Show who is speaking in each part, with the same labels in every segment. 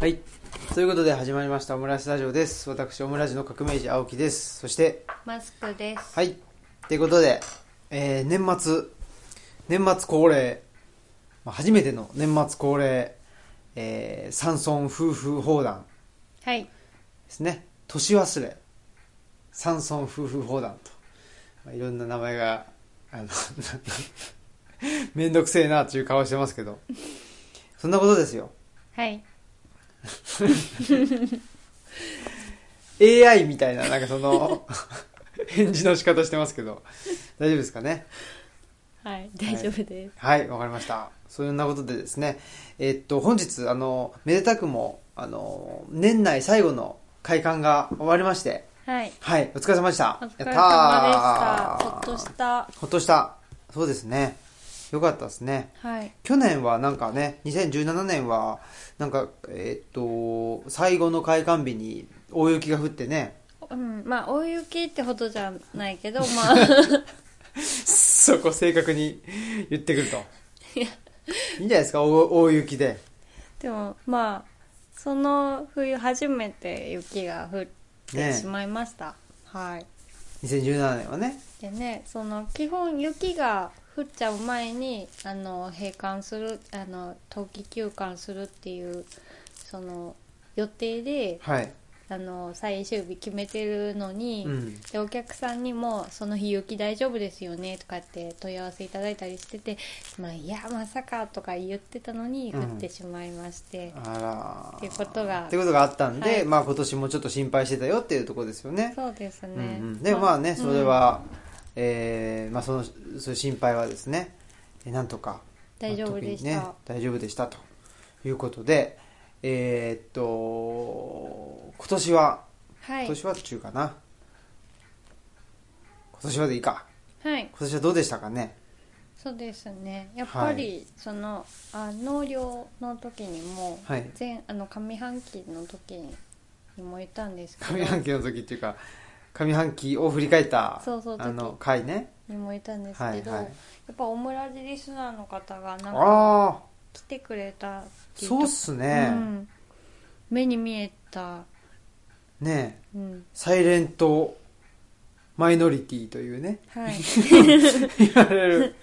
Speaker 1: はい。ということで始まりましたオムライスラジオです。私、オムラジの革命児青木です。そして、
Speaker 2: マスクです。
Speaker 1: はい。ということで、えー、年末、年末恒例、まあ初めての年末恒例、えー、山村夫婦砲弾
Speaker 2: はい。
Speaker 1: ですね。年忘れ、山村夫婦砲弾と、まあいろんな名前が、あの、 めんどくせえなっていう顔してますけど、そんなことですよ。
Speaker 2: はい。
Speaker 1: AI みたいな、なんかその、返事の仕方してますけど、大丈夫ですかね
Speaker 2: はい。大丈夫です。
Speaker 1: はい、わかりました。そんなことでですね、えっと、本日、あの、めでたくも、あの、年内最後の会館が終わりまして、
Speaker 2: はい。
Speaker 1: はい、お疲れ様でした。
Speaker 2: お疲れ様で
Speaker 1: や
Speaker 2: した。
Speaker 1: ったー
Speaker 2: ほっとした。
Speaker 1: ほっとした。そうですね。よかったですね。
Speaker 2: はい。
Speaker 1: 去年はなんかね、2017年は、なんか、えっと、最後の開館日に大雪が降ってね、
Speaker 2: うん。まあ、大雪ってほどじゃないけ ど、まあ、
Speaker 1: そこ正確に言ってくると。いいんじゃないですか大大雪で。
Speaker 2: でも、まあ、その冬初めて雪が降って
Speaker 1: ね
Speaker 2: しまいました。はい。
Speaker 1: 2017年はね。
Speaker 2: でね、その、基本雪が降っちゃう前に、あの、閉館する、あの、冬季休館するっていう、その、予定で、
Speaker 1: はい。
Speaker 2: あの最終日決めてるのに、
Speaker 1: うん
Speaker 2: でお客さんにも「その日雪大丈夫ですよね」とかって問い合わせいただいたりしてて「まあ、いやまさか」とか言ってたのに
Speaker 1: う
Speaker 2: 降
Speaker 1: ん
Speaker 2: ってしまいまして、
Speaker 1: あら。
Speaker 2: っていうことが
Speaker 1: ってことがあったんで、
Speaker 2: はい
Speaker 1: まあ今年もちょっと心配してたよっていうところですよね。
Speaker 2: そうですね、
Speaker 1: うんうん、でもまあね、それは、えーまあその、そういう心配はですね、えなんとか。
Speaker 2: 大丈夫でした
Speaker 1: まあ特にね、大丈夫でしたということで、えーっと、今年は、
Speaker 2: は
Speaker 1: 今
Speaker 2: い、
Speaker 1: 年は中かな。今年はでいいか。
Speaker 2: はい、
Speaker 1: 今年はどうでしたかね
Speaker 2: そうですねやっぱり、そのあ農業の時にも、
Speaker 1: はい
Speaker 2: 前あの上半期の時にも言ったんですけど
Speaker 1: 上半期の時っていうか上半期を振り返った
Speaker 2: そうそう
Speaker 1: あの回ね
Speaker 2: にも言ったんですけど、
Speaker 1: はいはい
Speaker 2: やっぱオムラジリスナーの方がなんか
Speaker 1: ああ
Speaker 2: 来てくれたってい
Speaker 1: そうっすね
Speaker 2: う、ん、目に見えた、
Speaker 1: ねえ
Speaker 2: うん、
Speaker 1: サイレントマイノリティというね
Speaker 2: はい
Speaker 1: 言われる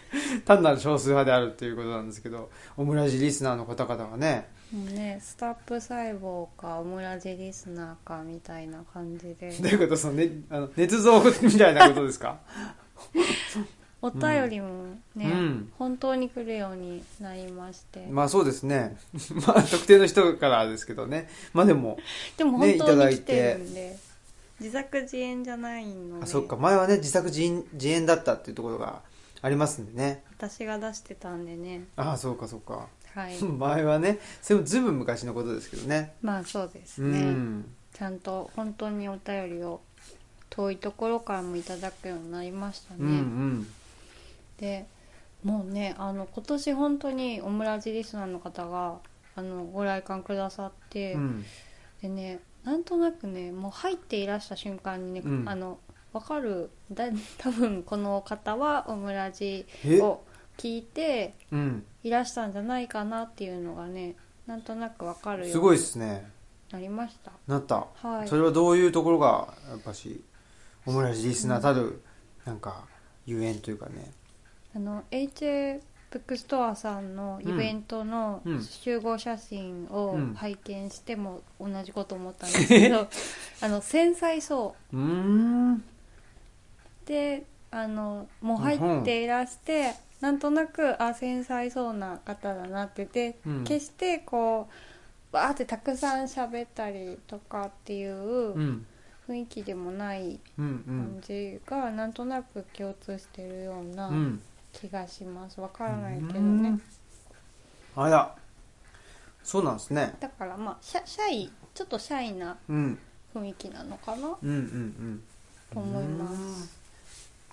Speaker 1: 単なる少数派であるということなんですけどオムラジリスナーの方々がね
Speaker 2: もうねスタップ細胞かオムラジリスナーかみたいな感じで
Speaker 1: どういうことその、ね、あの捏造みたいなことですか
Speaker 2: お便りもね、
Speaker 1: うん
Speaker 2: 本当に来るようになりまして、
Speaker 1: まあそうですねまあ特定の人からですけどねまあでも
Speaker 2: でも
Speaker 1: ね
Speaker 2: 本当に
Speaker 1: い
Speaker 2: 来
Speaker 1: ただ
Speaker 2: て
Speaker 1: いて
Speaker 2: るんで、自作自演じゃないので
Speaker 1: あそっか前はね自作自演自演だったっていうところがありますんでね
Speaker 2: 私が出してたんでね
Speaker 1: ああそうかそうか
Speaker 2: はい
Speaker 1: 前はねそれもずいぶん昔のことですけどね
Speaker 2: まあそうです
Speaker 1: う
Speaker 2: ね、
Speaker 1: ん
Speaker 2: ちゃんと本当にお便りを遠いところからもいただくようになりましたね、
Speaker 1: うんうん
Speaker 2: でもうねあの今年本当にオムラジリスナーの方があのご来館くださって、
Speaker 1: うん
Speaker 2: でねなんとなくねもう入っていらした瞬間にね、
Speaker 1: うん
Speaker 2: あのわかるだ多分この方はオムラジ
Speaker 1: え
Speaker 2: を聞いて
Speaker 1: うん
Speaker 2: いらしたんじゃないかなっていうのがねなんとなくわかる
Speaker 1: す
Speaker 2: よ
Speaker 1: ご
Speaker 2: う
Speaker 1: い
Speaker 2: に
Speaker 1: ですね
Speaker 2: なりました
Speaker 1: なった、
Speaker 2: はい
Speaker 1: それはどういうところがやっぱしオムラジリスナーたるなんかゆえんというかね
Speaker 2: あの HA ブックストアさんのイベントの
Speaker 1: うんうん
Speaker 2: 集合写真を
Speaker 1: うん
Speaker 2: 拝見しても同じこと思ったんですけど、 あの繊細そう
Speaker 1: ーん
Speaker 2: うであのもう入っていらして、なんとなくあ繊細そうな方だなってで、
Speaker 1: うん
Speaker 2: 決してこうバーってたくさん喋ったりとかっていう
Speaker 1: う
Speaker 2: うん雰囲気でもない
Speaker 1: うんう
Speaker 2: 感
Speaker 1: ん
Speaker 2: じがなんとなく共通してるよう
Speaker 1: う
Speaker 2: なん気がしますわからないけどね。
Speaker 1: うんあらそうなんですね
Speaker 2: だからまあシャシャイちょっとシャイな
Speaker 1: うん
Speaker 2: 雰囲気なのかな
Speaker 1: うんうんうん
Speaker 2: と思います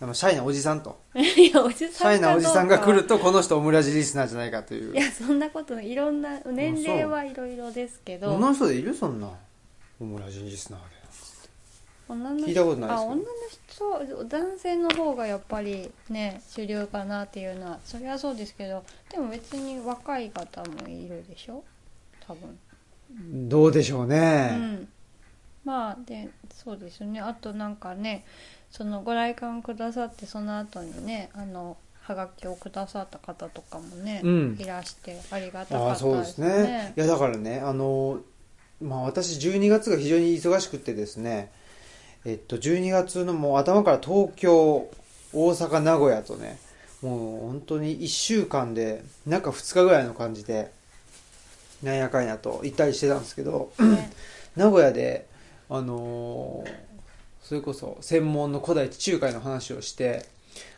Speaker 1: でもシャイなおじさんと
Speaker 2: いやお
Speaker 1: シ
Speaker 2: じさん
Speaker 1: ャイなおじさんが来る
Speaker 2: と
Speaker 1: とこの人オムラジリスナーじゃないかという
Speaker 2: いやそんなことないいろんな年齢はいろいろですけど
Speaker 1: 女の人でいるそんなオムラジリスナーで
Speaker 2: 女の人
Speaker 1: 聞いたことないです
Speaker 2: あ
Speaker 1: けど
Speaker 2: 女の人男性の方がやっぱりね主流かなっていうのはそれはそうですけどでも別に若い方もいるでしょ多分
Speaker 1: どうでしょう
Speaker 2: う
Speaker 1: ね。
Speaker 2: ん、まあでそうですねあとなんかねそのご来館くださってその後にねあのはがきをくださった方とかもね、
Speaker 1: うん
Speaker 2: いらしてありがた
Speaker 1: あ
Speaker 2: か
Speaker 1: あ
Speaker 2: った
Speaker 1: そう
Speaker 2: で
Speaker 1: ですす
Speaker 2: ね
Speaker 1: ねいやだからねあの、まあ、私12月が非常に忙しくてですね、えっと、12月のもう頭から東京大阪名古屋とねもう本当に1週間で中2日ぐらいの感じでなんやかんやと行ったりしてたんですけど
Speaker 2: ね
Speaker 1: 名古屋であのーそれこそ専門の古代地中海の話をして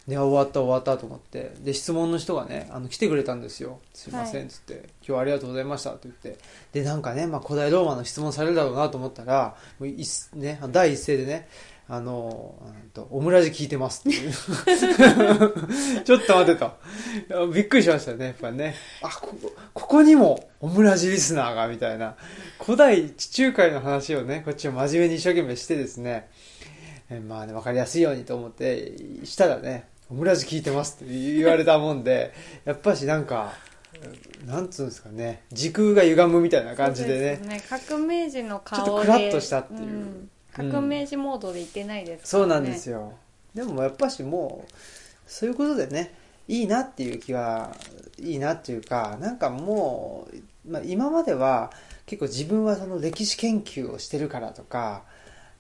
Speaker 1: で終わった終わったと思ってで質問の人がねあの来てくれたんですよ「すいませ
Speaker 2: は
Speaker 1: ん」っつって、今日はありがとうございました」って言ってでなんかね、まあ、古代ローマの質問されるだろうなと思ったらもういっね、第一声でねあのーうんとオムラジ聞いてますっていう ちょっと待ってといやびっくりしましたねやっぱねあここここにもオムラジリスナーがみたいな古代地中海の話をねこっちは真面目に一生懸命してですねえーまあね分かりやすいようにと思ってしたらね「オムラジ聞いてます」って言われたもんで やっぱしなんかなんつうんですかね時空が歪むみたいな感じでね
Speaker 2: そうですよね革命児の顔で
Speaker 1: ちょっとクラッとしたっていうん
Speaker 2: 革命児モードでいてないです
Speaker 1: そうなんです
Speaker 2: よ
Speaker 1: よでもやっぱしもうそういうことでねいいなっていう気はいいなっていうかなんかもう、まあ、今までは結構自分はその歴史研究をしてるからとか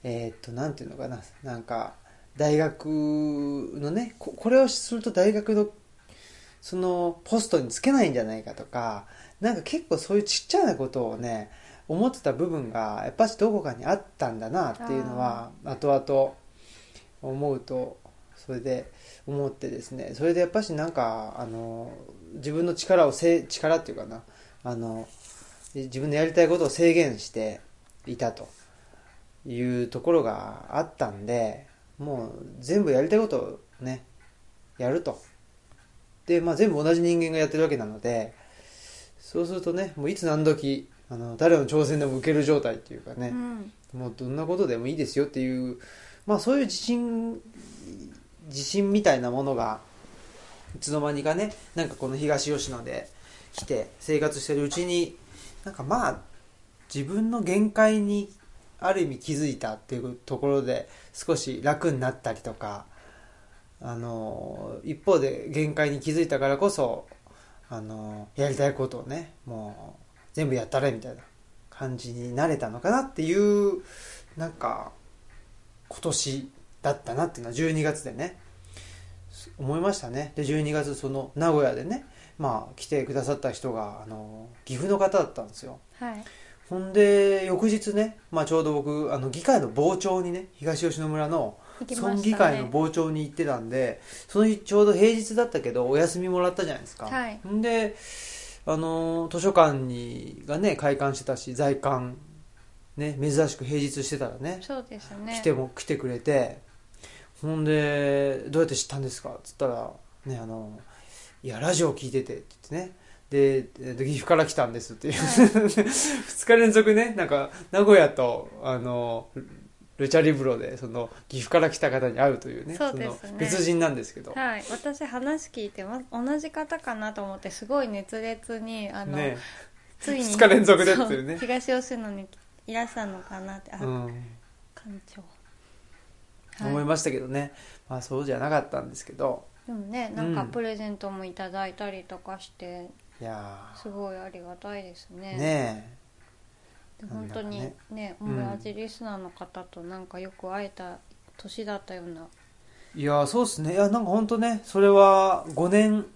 Speaker 1: えーっとなんていうのかななんか大学のねここれをすると大学のそのポストにつけないんじゃないかとかなんか結構そういうちっちゃなことをね思ってた部分がやっぱしどこかにあったんだなっていうのは後々思うとそれで思ってですねそれでやっぱしなんかあの自分の力をせい力っていうかなあの自分のやりたいことを制限していたというところがあったんでもう全部やりたいことをねやるとで、まあ、全部同じ人間がやってるわけなのでそうするとねもういつ何時あの誰の挑戦でも受ける状態っていうかね、
Speaker 2: うん
Speaker 1: もうどんなことでもいいですよっていう、まあ、そういう自信自信みたいなものがいつの間にかねなんかこの東吉野で来て生活してるうちになんかまあ自分の限界にある意味気づいたっていうところで少し楽になったりとかあの一方で限界に気づいたからこそあのやりたいことをねもう全部やったれみたいな感じになれたのかなっていうなんか今年だったなっていうのは12月でねす思いましたねで12月その名古屋でねまあ来てくださった人があの岐阜の方だったんですよ
Speaker 2: はい
Speaker 1: ほんで翌日ね、まあ、ちょうど僕あの議会の傍聴にね東吉野村の
Speaker 2: 行きましたね
Speaker 1: 村議会の傍聴に行ってたんでその日ちょうど平日だったけどお休みもらったじゃないですか、
Speaker 2: はい
Speaker 1: んであの図書館にがね開館してたし在館ね珍しく平日してたらね
Speaker 2: そうですね
Speaker 1: 来ても来てくれてほんで「どうやって知ったんですか?」っつったら「ねあのいやラジオ聞いてて」って言ってねでえっと岐阜から来たんですっていう、
Speaker 2: はい
Speaker 1: 2日連続ねなんか名古屋とあのルルチャリブロでその岐阜から来た方に会うというね
Speaker 2: そうですね
Speaker 1: の別人なんですけど、
Speaker 2: はい、私話聞いてます同じ方かなと思ってすごい熱烈にあの、
Speaker 1: ね、
Speaker 2: ついに
Speaker 1: 二日連続でっていうね
Speaker 2: そ東吉野にいらしたのかなってあ、
Speaker 1: うん、
Speaker 2: 館長、
Speaker 1: 思い
Speaker 2: は
Speaker 1: ましたけどね、まあ、そうじゃなかったんですけど
Speaker 2: い、でもねなんか
Speaker 1: うん
Speaker 2: プレゼントもいただいたりとかして
Speaker 1: いや
Speaker 2: すごいありがたいですね
Speaker 1: ーねえ
Speaker 2: で本当に
Speaker 1: な
Speaker 2: ね
Speaker 1: んだ
Speaker 2: ねオ
Speaker 1: うん
Speaker 2: ムラジリスナーの方となんかよく会えた年だったような、
Speaker 1: いやーそうですねいやなんか本当ねそれは5年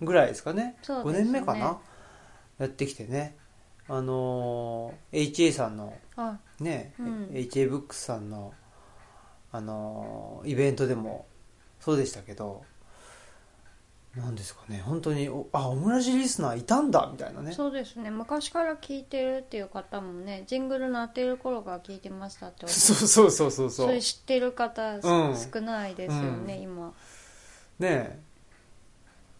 Speaker 1: ぐらいですかね
Speaker 2: そう
Speaker 1: 5
Speaker 2: ですね
Speaker 1: 年目かなやってきてねあのー HA さんの
Speaker 2: あ
Speaker 1: ね、
Speaker 2: うん
Speaker 1: HA ブックスさんの、あのーイベントでもそうでしたけどなんですかね本当におあオムラジリスナーいたんだみたいなね
Speaker 2: そうですね昔から聞いてるっていう方もねジングル鳴ってる頃から聞いてましたっておっしゃって
Speaker 1: そうそうそうそう
Speaker 2: そ
Speaker 1: そう
Speaker 2: れ知ってる方、
Speaker 1: うん
Speaker 2: 少ないですよね、
Speaker 1: うん
Speaker 2: 今
Speaker 1: ねえ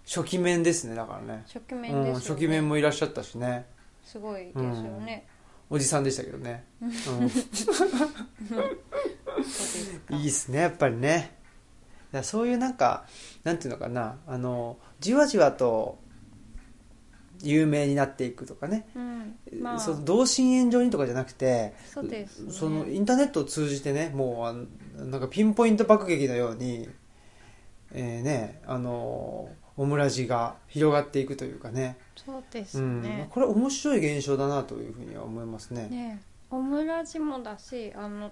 Speaker 1: 初期面ですねだからね
Speaker 2: 初期面ですよ、
Speaker 1: うん、
Speaker 2: ね
Speaker 1: 初期面もいらっしゃったしね
Speaker 2: すごいですよね、
Speaker 1: おじさんでしたけどね、うん
Speaker 2: そうですか
Speaker 1: いいっすねやっぱりねだからそういうなんかなんていうのかなあのじわじわと有名になっていくとかね、
Speaker 2: うん、まあ
Speaker 1: その
Speaker 2: そ
Speaker 1: 同心円状にとかじゃなくて
Speaker 2: うです、ね、
Speaker 1: そのインターネットを通じてねもうあのなんかピンポイント爆撃のように、えーねあのオムラジが広がっていくというかね
Speaker 2: そうです
Speaker 1: うん
Speaker 2: ね、、
Speaker 1: これ面白い現象だなというふうには思いますね
Speaker 2: ねオムラジもだしあの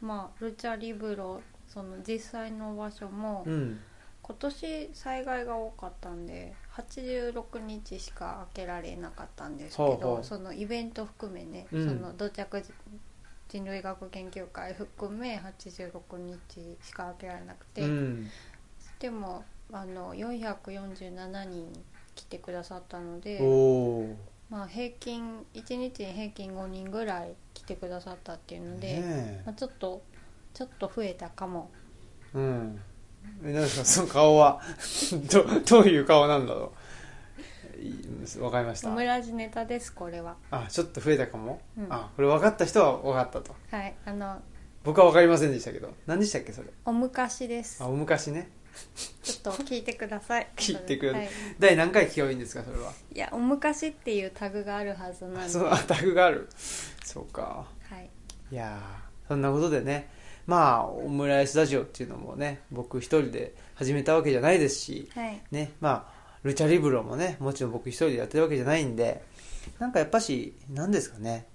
Speaker 2: まあルチャリブロその実際の場所も、
Speaker 1: うん
Speaker 2: 今年災害が多かったんで86日しか開けられなかったんですけど
Speaker 1: ほうほう
Speaker 2: そのイベント含めね、
Speaker 1: うん
Speaker 2: その土着人類学研究会含め86日しか開けられなくて、
Speaker 1: うん
Speaker 2: でもあの447人来てくださったので。
Speaker 1: おお
Speaker 2: まあ、平均1日に平均5人ぐらい来てくださったっていう
Speaker 1: ー
Speaker 2: ので、
Speaker 1: ね
Speaker 2: まあ、ちょっとちょっと増えたかも
Speaker 1: えうんえなんかその顔は どどういう顔なんだろういうんわかりまし
Speaker 2: オ
Speaker 1: た
Speaker 2: ムラジネタですこれは
Speaker 1: あちょっと増えたかも、
Speaker 2: うん
Speaker 1: あこれ分かった人は分かったと
Speaker 2: はいあの
Speaker 1: 僕は分かりませんでしたけど何でしたっけそれ
Speaker 2: お昔です
Speaker 1: あお昔ね
Speaker 2: ちょっと聞いてください
Speaker 1: 聞いてください
Speaker 2: はい、
Speaker 1: 第何回聞けばいいんですかそれはい
Speaker 2: やお昔っていうタグがあるはずなんで
Speaker 1: そのアタックがあるそうか
Speaker 2: はい
Speaker 1: いやーそんなことでねまあオムライスラジオっていうのもね僕一人で始めたわけじゃないですし
Speaker 2: はい
Speaker 1: ねまあルチャリブロもねもちろん僕一人でやってるわけじゃないんでなんかやっぱし何ですかね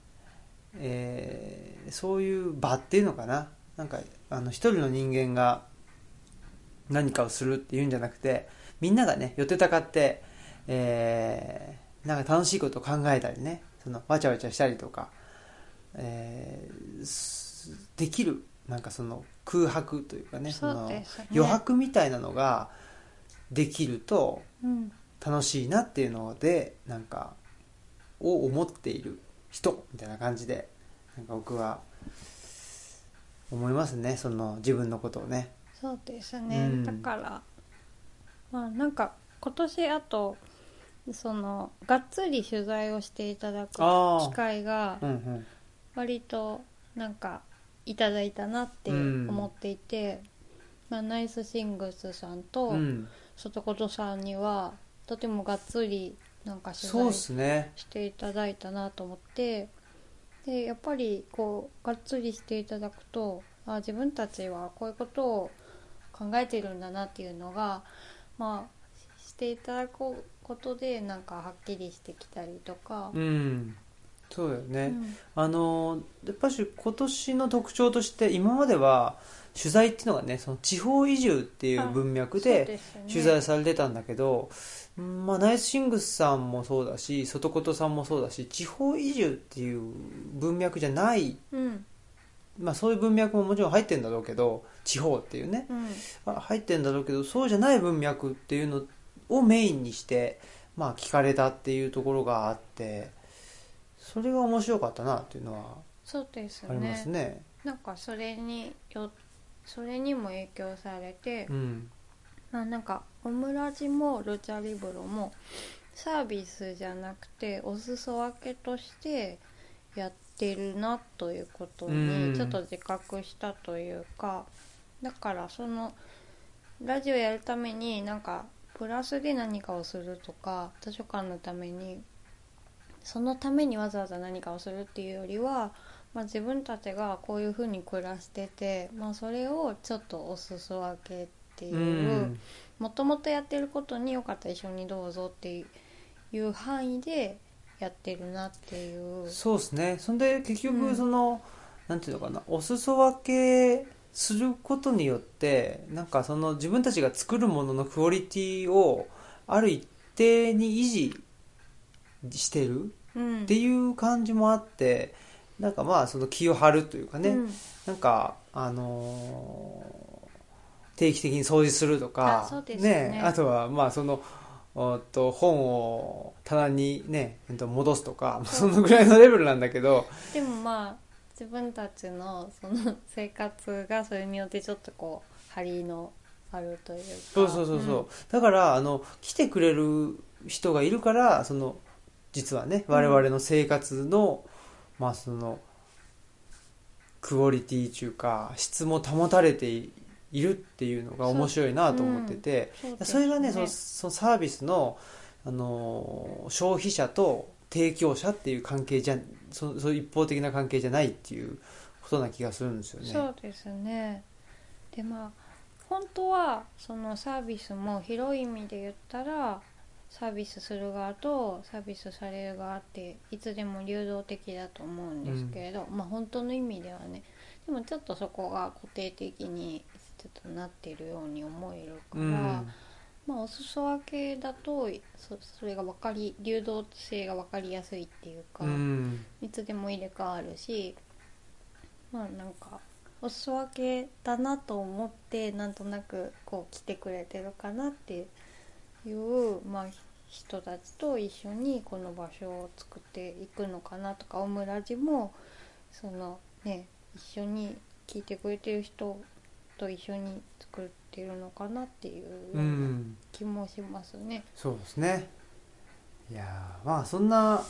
Speaker 1: えーそういう場っていうのかななんかあの一人の人間が何かをするっていうんじゃなくてみんながね寄ってたかって、えーなんか楽しいことを考えたりねそのわちゃわちゃしたりとか、えーすできるなんかその空白というかねそ
Speaker 2: そう
Speaker 1: の
Speaker 2: ですね
Speaker 1: 余白みたいなのができると
Speaker 2: うん
Speaker 1: 楽しいなっていうのでなんかを思っている人みたいな感じでなんか僕は思いますねその自分のことをね。
Speaker 2: そうですね、
Speaker 1: うん
Speaker 2: だからまあなんか今年あとそのがっつり取材をしていただく
Speaker 1: あー
Speaker 2: 機会が
Speaker 1: うんうん
Speaker 2: 割となんかいただいたなって
Speaker 1: うん
Speaker 2: 思っていて、まあ、ナイスシングスさんと
Speaker 1: うん、
Speaker 2: 外琴さんにはとてもがっつりなんか取
Speaker 1: そう
Speaker 2: 材
Speaker 1: っ
Speaker 2: し
Speaker 1: すね
Speaker 2: ていただいたなと思ってでやっぱりこうがっつりしていただくとあ自分たちはこういうことを考えてるんだなっていうのがまあししていただくことでなんかはっきりしてきたりとか。
Speaker 1: うんそうだよね、
Speaker 2: うん
Speaker 1: あのやっぱし今年の特徴として今までは取材っていうのがねその地方移住っていう文脈
Speaker 2: そう
Speaker 1: です
Speaker 2: ね
Speaker 1: 取材されてたんだけど、うんまあ、ナイスシングスさんもそうだし外琴さんもそうだし地方移住っていう文脈じゃない、
Speaker 2: うん
Speaker 1: まあ、そういう文脈ももちろん入ってるんだろうけど地方っていうね、
Speaker 2: うん
Speaker 1: あ入ってんだろうけどそうじゃない文脈っていうのをメインにして、まあ、聞かれたっていうところがあってそれが面白かったなっていうのは
Speaker 2: そうです
Speaker 1: あり
Speaker 2: ね
Speaker 1: ますね
Speaker 2: なんかそれによそれにも影響されて、
Speaker 1: うん
Speaker 2: まあなんかオムラジもルチャリブロもサービスじゃなくてお裾分けとしてやってるなということ
Speaker 1: うん
Speaker 2: にちょっと自覚したというか、だからそのラジオやるためになんかプラスで何かをするとか図書館のためにそのためにわざわざ何かをするっていうよりは、まあ、自分たちがこういうふうに暮らしてて、まあ、それをちょっとお裾分けっていううんもともとやってることによかったら一緒にどうぞっていう範囲でやってるなっていう
Speaker 1: そうですねそんで結
Speaker 2: う
Speaker 1: 局
Speaker 2: ん
Speaker 1: その、なんていうのかなお裾分けすることによってなんかその自分たちが作るもののクオリティをある一定に維持してる
Speaker 2: うん
Speaker 1: っていう感じもあってなんかまあその気を張るというかね、
Speaker 2: うん
Speaker 1: なんかあのー定期的に掃除するとか
Speaker 2: あそうですよね
Speaker 1: あとはまあそのおっと本を棚にね、えっと、戻すとかそ
Speaker 2: そう
Speaker 1: のぐらいのレベルなんだけど
Speaker 2: でもまあ自分たちのその生活がそれによってちょっとこう張りのあるというか
Speaker 1: そうそうそうそう、だからあの来てくれる人がいるからその実はね
Speaker 2: うん
Speaker 1: 我々の生活の、まあそのクオリティ中か質も保たれているっていうのが面白いなと思ってて、
Speaker 2: うんうです
Speaker 1: それがねそのそのサービスのあの消費者と提供者っていう関係じゃそそういう一方的な関係じゃないっていうことな気がするんですよね。
Speaker 2: そうですねでまあ本当はそのサービスも広い意味で言ったらサービスする側とサービスされる側っていつでも流動的だと思うんですけれど、まあ本当の意味ではねでもちょっとそこが固定的にちょっとなっているように思えるから、
Speaker 1: うん
Speaker 2: まあお裾分けだとそそれが分かり流動性が分かりやすいっていうか。
Speaker 1: うん
Speaker 2: いつでも入れ替わるしまあなんかお裾分けだなと思ってなんとなくこう来てくれてるかなっていう、まあ、ひ人たちと一緒にこの場所を作っていくのかなとかオムラジもそのね一緒に聞いてくれてる人と一緒に作ってるのかなっていうよ
Speaker 1: う
Speaker 2: うなん気もしますね。
Speaker 1: そうですねいやーまあそんな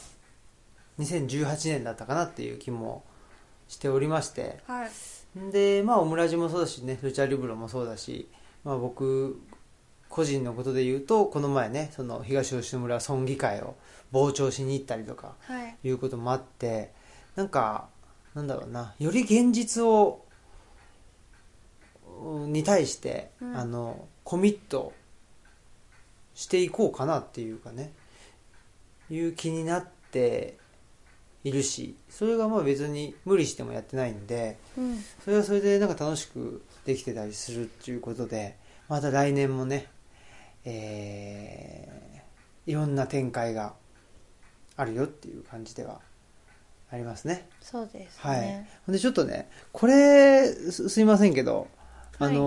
Speaker 1: 2018年だったかなっていう気もしておりまして
Speaker 2: はい、
Speaker 1: でまあオムラジもそうだしねルチャリブロもそうだし、まあ、僕個人のことで言うとこの前ねその東吉野村村議会を傍聴しに行ったりとか
Speaker 2: はい、
Speaker 1: いうこともあってなんかなんだろうなより現実をうんに対して、
Speaker 2: うん
Speaker 1: あのコミットしていこうかなっていうかねいう気になっているしそれがまあ別に無理してもやってないんで
Speaker 2: うん
Speaker 1: それはそれでなんか楽しくできてたりするっていうことでまた来年もねえーいろんな展開があるよっていう感じではありますね。
Speaker 2: そうです
Speaker 1: はい。
Speaker 2: ね。
Speaker 1: ほんでちょっとね、これ、すすいませんけど、
Speaker 2: はい
Speaker 1: あのー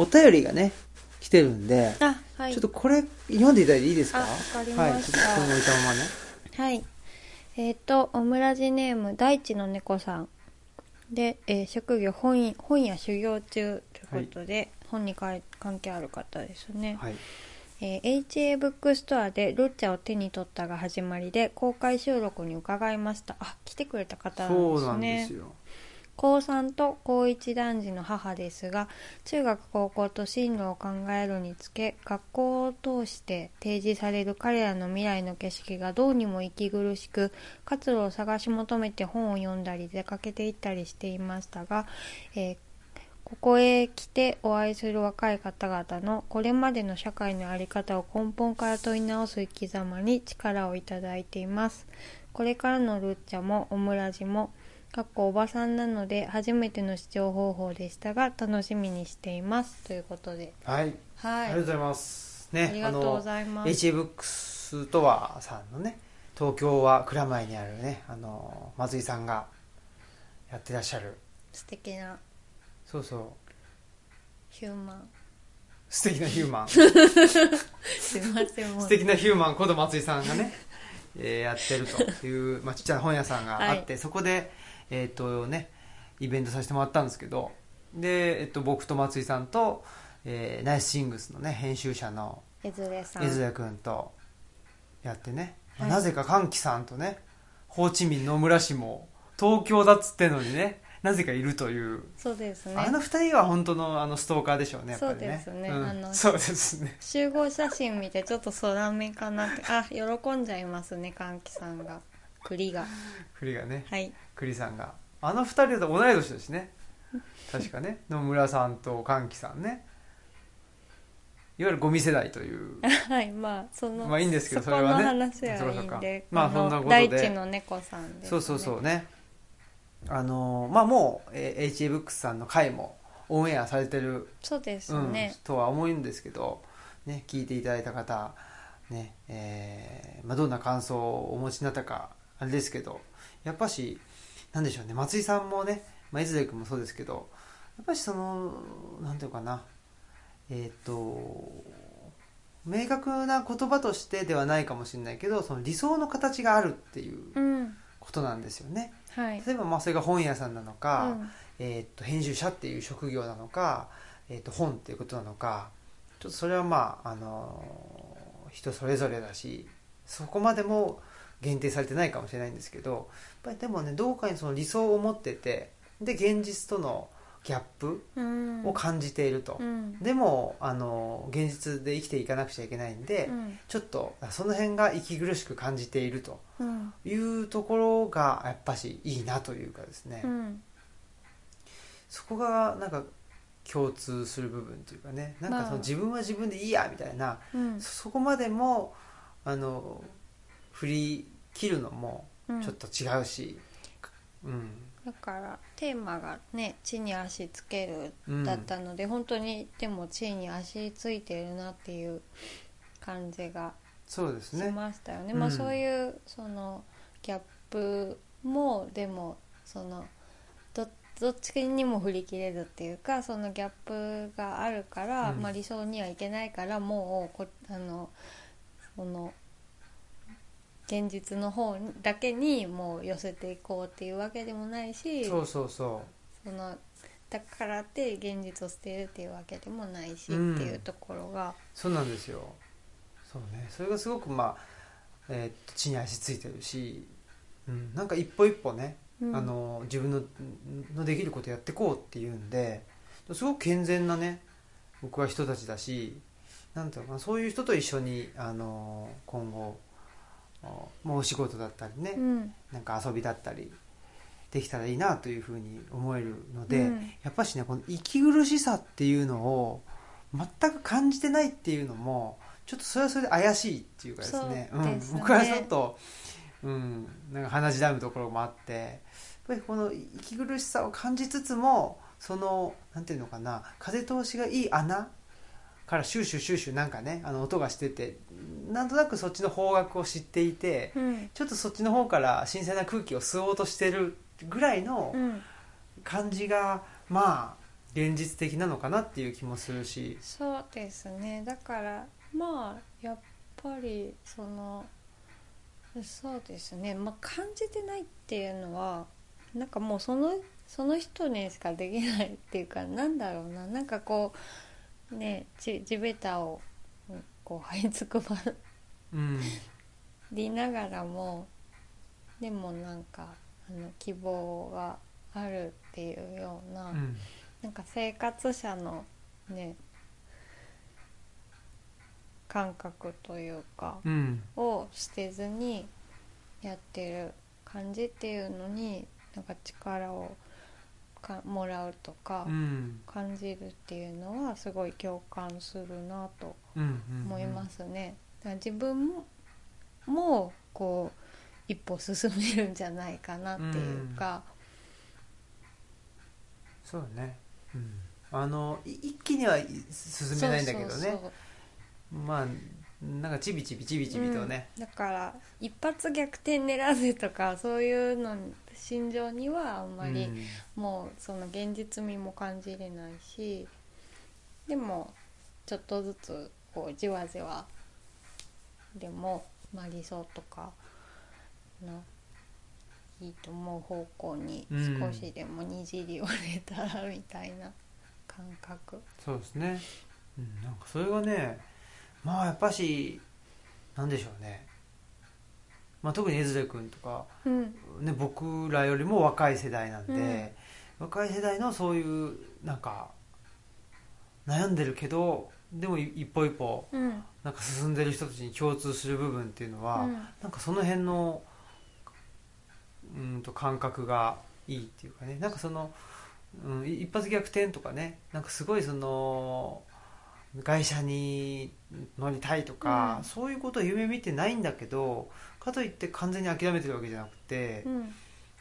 Speaker 1: お便りがね、来てるんで、
Speaker 2: あ、はい
Speaker 1: ちょっとこれ、読んでいただいていいですか
Speaker 2: あわかりました
Speaker 1: はい、ちょっとこの歌まね。
Speaker 2: はい。えっ、と、オムラジネーム、大地の猫さん。で、えー職業本い、本屋修行中ということで、本にかい関係ある方ですね。
Speaker 1: はい。
Speaker 2: えー HA ブックストアで、ルッチャを手に取ったが始まりで、公開収録に伺いました。あ、来てくれた方なんですね。
Speaker 1: そうなんですよ。
Speaker 2: 高3と高1男児の母ですが中学高校と進路を考えるにつけ学校を通して提示される彼らの未来の景色がどうにも息苦しく活路を探し求めて本を読んだり出かけていったりしていましたが、えーここへ来てお会いする若い方々のこれまでの社会の在り方を根本から問い直す生き様に力をいただいています。これからのルッチャもオムラジも、かっこおばさんなので初めての視聴方法でしたが楽しみにしています。ということで。
Speaker 1: はい、あり
Speaker 2: はい。
Speaker 1: がとうございます。ね、
Speaker 2: ありがとうござい
Speaker 1: あ
Speaker 2: ま
Speaker 1: の、
Speaker 2: す。
Speaker 1: HA ブックストアさんのね、東京は蔵前にあるね、あの、松井さんがやってらっしゃる、
Speaker 2: 素敵な
Speaker 1: そうそう、
Speaker 2: ヒューマン。
Speaker 1: 素敵なヒューマン。
Speaker 2: すいません、もう
Speaker 1: 素敵なヒューマンこと松井さんがね、 えーやってるという、まあ、ちっちゃな本屋さんがあって、そこで、えーっとね、イベントさせてもらったんですけどで、えっと、僕と松井さんと、えーナイスシングスの、ね、編集者の
Speaker 2: えずれさん。
Speaker 1: 江津谷君とやってね、まあ
Speaker 2: はい
Speaker 1: なぜか歓喜さんとねホーチミン野村市も東京だっつってんのにねなぜかいるという。
Speaker 2: そうですね。
Speaker 1: あの二人は本当のあのストーカーでしょうね、やっぱりね。
Speaker 2: そうですね
Speaker 1: ん
Speaker 2: あの
Speaker 1: そうですね。
Speaker 2: 集合写真見てちょっと空目かなってあ喜んじゃいますねかんきさんが栗が
Speaker 1: 栗がね。
Speaker 2: はい
Speaker 1: 栗さんがあの二人だと同い年ですね確か ね野村さんと歓喜さんねいわゆるゴミ世代という
Speaker 2: あはいまあその、
Speaker 1: まあいいんですけど
Speaker 2: そ
Speaker 1: それ
Speaker 2: この
Speaker 1: はね
Speaker 2: 話はいい
Speaker 1: そうんか
Speaker 2: で
Speaker 1: まあ
Speaker 2: こ
Speaker 1: そんなことで
Speaker 2: 大地の猫さんです、ね、
Speaker 1: そうそうそうねあのまあもう、えー HA ブックスさんの回もオンエアされてる、
Speaker 2: そうです
Speaker 1: うん
Speaker 2: ね、
Speaker 1: とは思うんですけど、ね、聞いていただいた方、ねえーまあ、どんな感想をお持ちになったかあれですけどやっぱしなんでしょうね松井さんもね、まあ、いずれ君もそうですけどやっぱりそのなんていうかなえーっと明確な言葉としてではないかもしれないけどその理想の形があるっていう
Speaker 2: うん
Speaker 1: ことなんですよね。
Speaker 2: はい
Speaker 1: 例えばまあそれが本屋さんなの
Speaker 2: う
Speaker 1: か、
Speaker 2: ん
Speaker 1: えーっと編集者っていう職業なのか、えーっと本っていうことなのかちょっとそれはまあ、あのー人それぞれだしそこまでも限定されてないかもしれないんですけどやっぱりでもねどうかにその理想を持っててで現実とのギャップ
Speaker 2: うん
Speaker 1: を感じていると、
Speaker 2: うん
Speaker 1: でもあの現実で生きていかなくちゃいけないんで、
Speaker 2: うん
Speaker 1: ちょっとその辺が息苦しく感じていると
Speaker 2: うん
Speaker 1: いうところがやっぱしいいなというかですね、
Speaker 2: うん
Speaker 1: そこがなんか共通する部分というかねなんかそ
Speaker 2: まあ
Speaker 1: の自分は自分でいいやみたいな、
Speaker 2: うん
Speaker 1: そこまでもあの振り切るのも
Speaker 2: うん
Speaker 1: ちょっと違うし、うん
Speaker 2: だからテーマがね「地に足つける
Speaker 1: うん」
Speaker 2: だったので、本当にでも地に足ついてるなっていう感じが
Speaker 1: そうです
Speaker 2: し
Speaker 1: ね。
Speaker 2: ましたよね。
Speaker 1: うん
Speaker 2: まあそういうそのギャップもでもそのどどっちにも振り切れるっていうかそのギャップがあるから、
Speaker 1: うん
Speaker 2: まあ理想にはいけないからもうこあのその現実の方だけにもう寄せていこうっていうわけでもないし
Speaker 1: そうそうそ
Speaker 2: そのだからって現実を捨てるっていうわけでもないし、
Speaker 1: うん
Speaker 2: っていうところが、
Speaker 1: うそうなんですよそうねそれがすごくまあ、えーっと地に足ついてるし、うん、なんか一歩一歩ね、
Speaker 2: うん
Speaker 1: あの自分ののできることやってこうっていうんですごく健全なね僕は人たちだしなんていうのかなそういう人と一緒にあの今後あまあお仕事だったりね、
Speaker 2: うん
Speaker 1: なんか遊びだったりできたらいいなというふうに思えるので、
Speaker 2: うん
Speaker 1: やっぱしねこの息苦しさっていうのを全く感じてないっていうのもちょっとそれはそれで怪しいっていうかですね
Speaker 2: そうですね
Speaker 1: うん、僕はちょっと、うん、なんか鼻血だむところもあってやっぱりこの息苦しさを感じつつもそのなんていうのかな風通しがいい穴からシューシューシューシューなんかねあの音がしててなんとなくそっちの方角を知っていて。
Speaker 2: うん
Speaker 1: ちょっとそっちの方から新鮮な空気を吸おうとしてるぐらいの
Speaker 2: うん
Speaker 1: 感じが、まあ現実的なのかなっていう気もするし、
Speaker 2: そうですねだからまあやっぱりそのそうですね、まあ、感じてないっていうのはなんかもうそのその人にしかできないっていうかなんだろうななんかこうね地地べたをうんこう這いつくば
Speaker 1: うん、
Speaker 2: りながらもでもなんかあの希望があるっていうような。
Speaker 1: うん
Speaker 2: なんか生活者のね感覚というか
Speaker 1: うん
Speaker 2: を捨てずにやってる感じっていうのになんか力をかもらうとか
Speaker 1: うん
Speaker 2: 感じるっていうのはすごい共感するなと
Speaker 1: うん
Speaker 2: 思いますね。だから自分ももこう一歩進めるんじゃないかなっていうか、
Speaker 1: そうだね、うん、あのい一気にはい進めないんだけどね
Speaker 2: そうそうそう
Speaker 1: まあなんかちびちびちびちびとね、
Speaker 2: うんだから一発逆転狙うぜとかそういうの心情にはあんまり、
Speaker 1: うん
Speaker 2: もうその現実味も感じれないしでもちょっとずつこうじわじわでも、まあ、理想とかのいいと思う方向に
Speaker 1: うん
Speaker 2: 少しでもにじりを出たらみたいな感覚。
Speaker 1: そうですね、うん、なんかそれがねまあやっぱしなんでしょうね、まあ、特に江連君とか
Speaker 2: うん
Speaker 1: ね、僕らよりも若い世代なんで、
Speaker 2: うん
Speaker 1: 若い世代のそういうなんか悩んでるけどでもい一歩一歩
Speaker 2: うん
Speaker 1: なんか進んでる人たちに共通する部分っていうのは、
Speaker 2: うん
Speaker 1: なんかその辺のうんと感覚がいいっていうかねなんかその、うん、い一発逆転とかねなんかすごいその会社に乗りたいとか、
Speaker 2: うん
Speaker 1: そういうことを夢見てないんだけどかといって完全に諦めてるわけじゃなくて、
Speaker 2: うん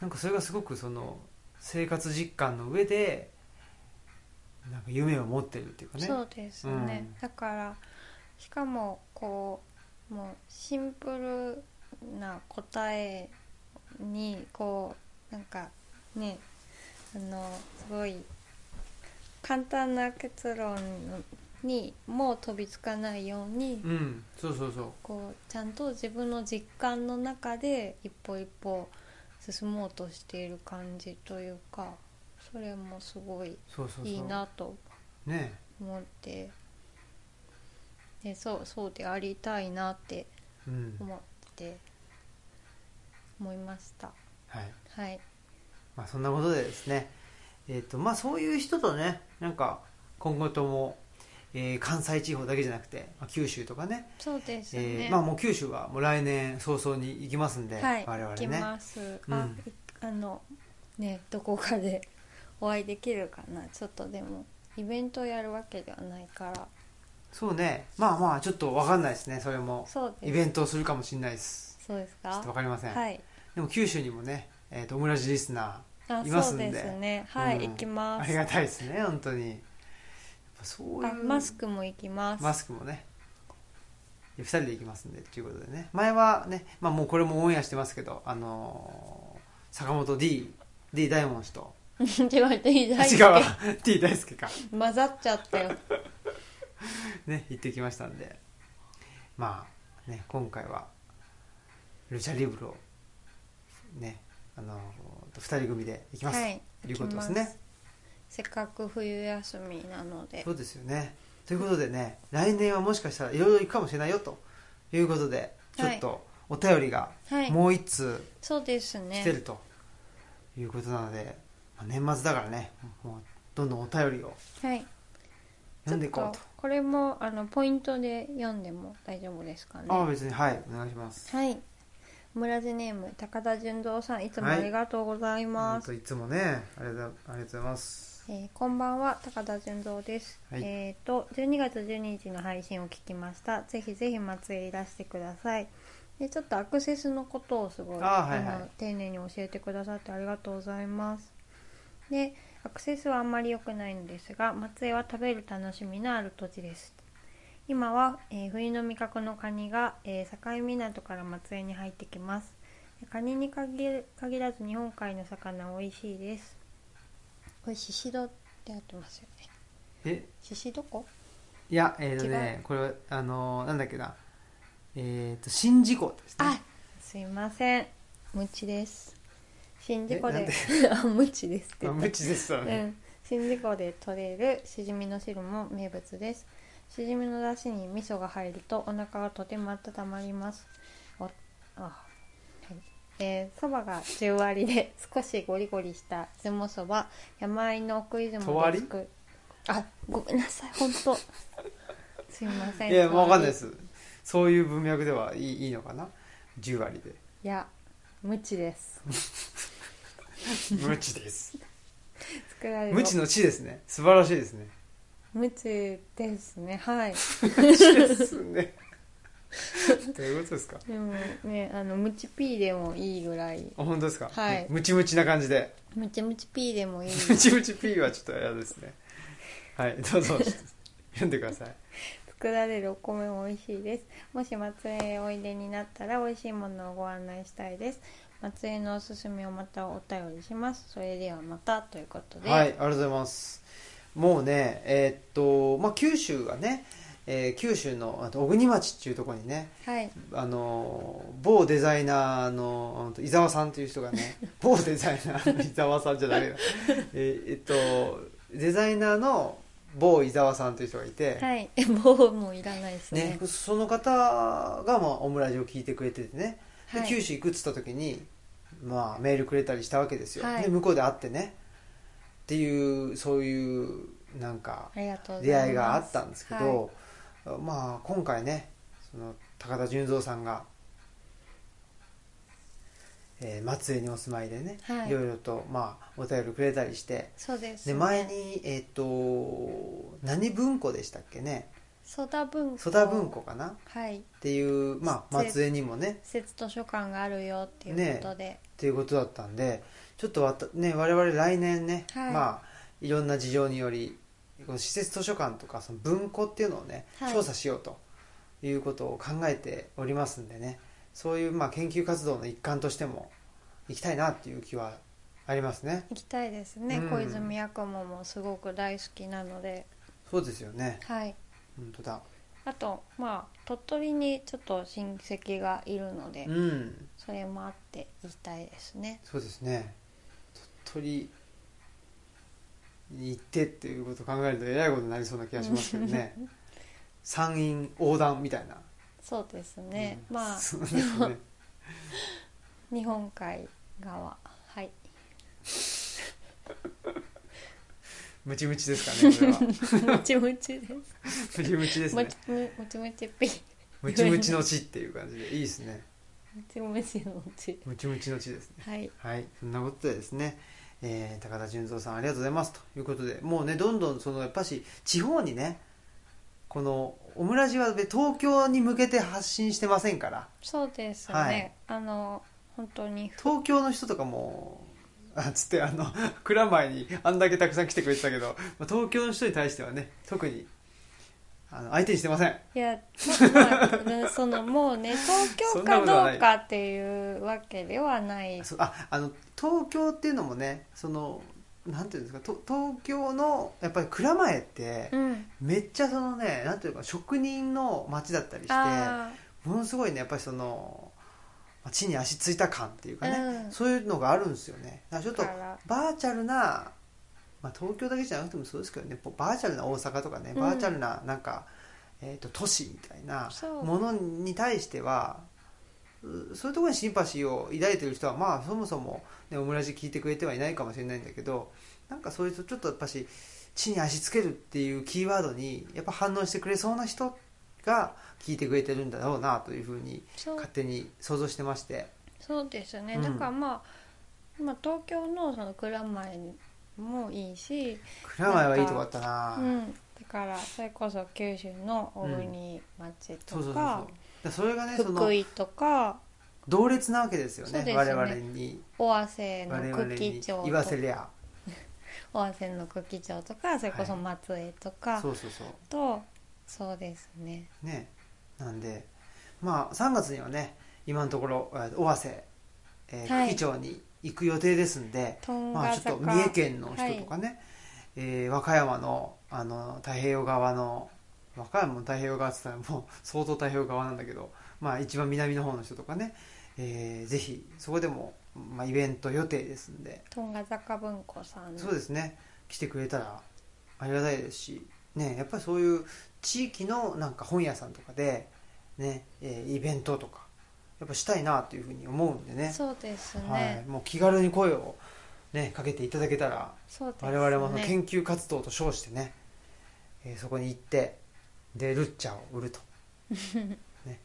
Speaker 1: なんかそれがすごくその生活実感の上でなんか夢を持ってるっていうかね
Speaker 2: そうですね、
Speaker 1: うん
Speaker 2: だからしかもこうもうシンプルな答えにこうなんかねあのすごい簡単な結論にもう飛びつかないように、
Speaker 1: うんそうそうそう
Speaker 2: こうちゃんと自分の実感の中で一歩一歩進もうとしている感じというかそれもすごい
Speaker 1: そうそうそう
Speaker 2: いいなと
Speaker 1: ね
Speaker 2: 思ってでそうそうでありたいなって
Speaker 1: うん
Speaker 2: 思って思いました
Speaker 1: はい
Speaker 2: はい
Speaker 1: まあそんなことでですねえっ、とまあそういう人とねなんか今後とも、えー関西地方だけじゃなくて、まあ、九州とかね
Speaker 2: そうです
Speaker 1: え
Speaker 2: ね、
Speaker 1: ーまあもう九州はもう来年早々に行きますんで、
Speaker 2: はい、
Speaker 1: 我々
Speaker 2: 行き
Speaker 1: ね
Speaker 2: ます。
Speaker 1: うん
Speaker 2: あ、いあのねどこかで お会いできるかな。ちょっとでもイベントをやるわけではないから。
Speaker 1: そうねまあまあちょっと分かんないですねそれも
Speaker 2: そうです。
Speaker 1: イベントをするかもしれないです
Speaker 2: そうです
Speaker 1: ちょっと分
Speaker 2: か。
Speaker 1: かりません、
Speaker 2: はい。
Speaker 1: でも九州にもね、えー、とオムラジリスナ
Speaker 2: あ、
Speaker 1: いますん
Speaker 2: そう
Speaker 1: で
Speaker 2: ですね。はい、
Speaker 1: うん
Speaker 2: 行き
Speaker 1: ー
Speaker 2: ま
Speaker 1: あり
Speaker 2: す。
Speaker 1: がたいですね本当にやっぱそうい
Speaker 2: あ、
Speaker 1: う
Speaker 2: マスクも行きます。
Speaker 1: マスクもね2人で行きますんでということでね前はね、まあ、もうこれもオンエアしてますけどあのー坂本 D, D 大門氏と
Speaker 2: 違う、いい
Speaker 1: あ違
Speaker 2: 大好
Speaker 1: う
Speaker 2: き
Speaker 1: わ D 大輔か
Speaker 2: 混ざっちゃったよ。
Speaker 1: ね行ってきましたんでまあね今回はルチャリブロねあのー、2人組で行きます、
Speaker 2: はい。
Speaker 1: という
Speaker 2: 行き
Speaker 1: ことで
Speaker 2: ますす
Speaker 1: ね。
Speaker 2: せっかく冬休みなので
Speaker 1: そ、うですよねということでね、来年はもしかしたらいろいろ行くかもしれないよということでちょ
Speaker 2: はい
Speaker 1: っとお便りが
Speaker 2: はい。
Speaker 1: もう1通
Speaker 2: そうです
Speaker 1: 来
Speaker 2: ね
Speaker 1: て。るということなので、まあ年末だからねもうどんどんお便りを
Speaker 2: はい。
Speaker 1: 読んでいこう
Speaker 2: ちょっこれもあのポイントで読んでも大丈夫ですかね
Speaker 1: とああ別にはいお願いします
Speaker 2: はい村地ネーム高田純三さんいつも
Speaker 1: は
Speaker 2: あ
Speaker 1: い
Speaker 2: りがとうござい
Speaker 1: ほん
Speaker 2: ます、
Speaker 1: といつもねありがとうありがとうございます
Speaker 2: えーこんばんは高田純三です、
Speaker 1: はい
Speaker 2: えっ、と12月12日の配信を聞きましたぜひぜひ松江いらしてくださいでちょっとアクセスのことをすごい
Speaker 1: あーはいはい
Speaker 2: の丁寧に教えてくださってありがとうございますでアクセスはあんまり良くないのですが松江は食べる楽しみのある土地です今は、えー冬の味覚のカニが、えー境港から松江に入ってきますカニに限る限らず日本海の魚美味しいですこれシシドって合ってますよね
Speaker 1: え
Speaker 2: シシドコ
Speaker 1: いやえっ、とねこれはあのーなんだっけなえっ、と宍道湖ですね
Speaker 2: あすいません無知です宍道湖
Speaker 1: えなん
Speaker 2: で
Speaker 1: で
Speaker 2: あ無知ですって
Speaker 1: あ
Speaker 2: 言った
Speaker 1: 無知ですよ
Speaker 2: う
Speaker 1: ね、
Speaker 2: ん、宍道湖で取れるしじみの汁も名物ですしじみの出汁に味噌が入るとお腹がとても温まりますおあはいえーそばが十割で少しゴリゴリした出雲そば山あいの奥出
Speaker 1: 十
Speaker 2: 雲で
Speaker 1: 割
Speaker 2: 作るあごめんなさい本 当すいません
Speaker 1: いやわかんないで
Speaker 2: 十割
Speaker 1: すそういう文脈ではいいいいのかな10割で
Speaker 2: いや無 知です
Speaker 1: 無知 です
Speaker 2: 作られる
Speaker 1: 無知の知ですね素晴らしいですね
Speaker 2: 無知ですね はい
Speaker 1: 無知ですね どういうことですか
Speaker 2: でもねあの無知 P でもいいぐらい
Speaker 1: あ本当ですか
Speaker 2: はい
Speaker 1: ムチムチな感じで
Speaker 2: むちむち P でもいい
Speaker 1: ムチムチ P はちょっと嫌ですねはいどうぞ読んでください
Speaker 2: 作られるお米も美味しいですもし松江へおいでになったら美味しいものをご案内したいです松江のおすすめをまたお便りしますそれではまたということで
Speaker 1: はいあ
Speaker 2: は
Speaker 1: りがとうございますもうねえーっとまあ九州がね、えー九州のあと小国町っていうところにね
Speaker 2: はい
Speaker 1: あの某デザイナーのあの伊沢さんという人が ね某デザイナーの伊沢さんじゃないよええっとデザイナーの某伊沢さんという人がいて、
Speaker 2: はい えもうもういらないですね
Speaker 1: ね、その方が、まあ、オムラジを聞いてくれててね、で
Speaker 2: はい
Speaker 1: 九州行くっつった時に、まあ、メールくれたりしたわけですよ、
Speaker 2: はい
Speaker 1: で向こうで会ってねっていうそういうなんか
Speaker 2: ありがとうござい
Speaker 1: 出
Speaker 2: ます
Speaker 1: 会いがあったんですけど、まあ今回ねその高田純三さんが、えー松江にお住まいでね、
Speaker 2: はい
Speaker 1: いろいろと、まあ、お便りくれたりして
Speaker 2: そうです、
Speaker 1: で前にえっ、と何文庫でしたっけね
Speaker 2: ソダ文庫
Speaker 1: 蘇田文庫かなっ
Speaker 2: はい
Speaker 1: ていう、まあ、
Speaker 2: 失
Speaker 1: 松
Speaker 2: 礼
Speaker 1: 江にもね
Speaker 2: 施設図書館があるよっていうことで、
Speaker 1: っていうことだったんでちょっとわた、ね、我々来年ね、
Speaker 2: はい
Speaker 1: まあいろんな事情によりこの施設図書館とかその文庫っていうのをね、
Speaker 2: はい
Speaker 1: 調査しようということを考えておりますんでねそういうまあ研究活動の一環としても行きたいなっていう気はありますね
Speaker 2: 行きたいですね、
Speaker 1: うん
Speaker 2: 小泉八雲もすごく大好きなので
Speaker 1: そうですよね
Speaker 2: はい
Speaker 1: 本当だ
Speaker 2: あとまあ鳥取にちょっと親戚がいるので、
Speaker 1: うん
Speaker 2: それもあって言いたいですね
Speaker 1: そうですね鳥取に行ってっていうことを考えるとえらいことになりそうな気がしますけど ね山陰横断みたいな
Speaker 2: そうですね、
Speaker 1: うん
Speaker 2: まあ
Speaker 1: そうですね
Speaker 2: 日本海側はい
Speaker 1: ムチムチですかねこれは
Speaker 2: ムチムチです
Speaker 1: ムチムチです
Speaker 2: も
Speaker 1: ね
Speaker 2: ちむもちもちピー
Speaker 1: ムチムチの地っていう感じでいいですね
Speaker 2: もちもちのち
Speaker 1: ムチムチの地ですね
Speaker 2: はい
Speaker 1: はいそんなことでですね、えー高田純三さんありがとうございますということでもうねどんどんそのやっぱし地方にねこのオムラジは東京に向けて発信してませんから
Speaker 2: そうですね、
Speaker 1: はい
Speaker 2: あの本当に
Speaker 1: 東京の人とかもあつってあの 蔵前にあんだけたくさん来てくれてたけどまあ東京の人に対してはね特にあの相手にしてません
Speaker 2: い や、まあまあ、そのもうね東京かどうかっていうわけではない
Speaker 1: そああの東京っていうのもねそのなんていうんですかと東京のやっぱり蔵前って
Speaker 2: うん
Speaker 1: めっちゃそのねなんていうか職人の街だったりして
Speaker 2: あ
Speaker 1: ものすごいねやっぱりそのまあ地に足ついた感っていうかね、
Speaker 2: うん
Speaker 1: そういうのがあるんですよねだからちょ
Speaker 2: あ
Speaker 1: っと
Speaker 2: だから
Speaker 1: バーチャルな、まあ、東京だけじゃなくてもそうですけどねぽバーチャルな大阪とかね
Speaker 2: うん
Speaker 1: バーチャルななんか、えー、と都市みたいな
Speaker 2: そう
Speaker 1: ものに対してはうそういうところにシンパシーを抱いてる人はまあそもそも、ね、オムラジ聞いてくれてはいないかもしれないんだけどなんかそういう人ちょっとやっぱし地に足つけるっていうキーワードにやっぱ反応してくれそうな人が聞いてくれてるんだろうなというふうに
Speaker 2: そう
Speaker 1: 勝手に想像してまして
Speaker 2: そうですね、
Speaker 1: うん
Speaker 2: だからまあ、まあ、東京のその蔵前もいいし、
Speaker 1: 蔵前はいいとこあったな
Speaker 2: うん、だからそれこそ九州の小国町と
Speaker 1: そうそうそうそうだ
Speaker 2: か
Speaker 1: か、らそれがねその
Speaker 2: 福井とか
Speaker 1: 同列なわけですよね
Speaker 2: そうですよね
Speaker 1: 我々に
Speaker 2: 尾鷲の
Speaker 1: 我々
Speaker 2: 久喜
Speaker 1: に
Speaker 2: 町
Speaker 1: 言わせりゃ
Speaker 2: 尾鷲の久喜町とかそれこそ松江とか
Speaker 1: そうそうそう
Speaker 2: と、そうですね
Speaker 1: ねなんでまあ3月にはね今のところえー尾鷲、えー
Speaker 2: はい
Speaker 1: 久喜町に行く予定ですんで、
Speaker 2: トン
Speaker 1: まあちょ
Speaker 2: ガ
Speaker 1: っ
Speaker 2: 坂、
Speaker 1: と三重県の人とかね、えー和歌山のあの太平洋側の和歌山の太平洋側って言ったらもう相当太平洋側なんだけど、まあ、一番南の方の人とかね、えーぜひそこでも、まあ、イベント予定ですんで
Speaker 2: トンガ坂文庫さんの
Speaker 1: そうですね来てくれたらありがたいですし、ね、やっぱりそういう地域のなんか本屋さんとかで、ねえーイベントとかやっぱしたいなというふうに思うんでね
Speaker 2: そうですね、
Speaker 1: はい、もう気軽に声を、ね、かけていただけたら
Speaker 2: そうですね
Speaker 1: 我々もその研究活動と称してね、えーそこに行ってでルッチャを売る と、ね、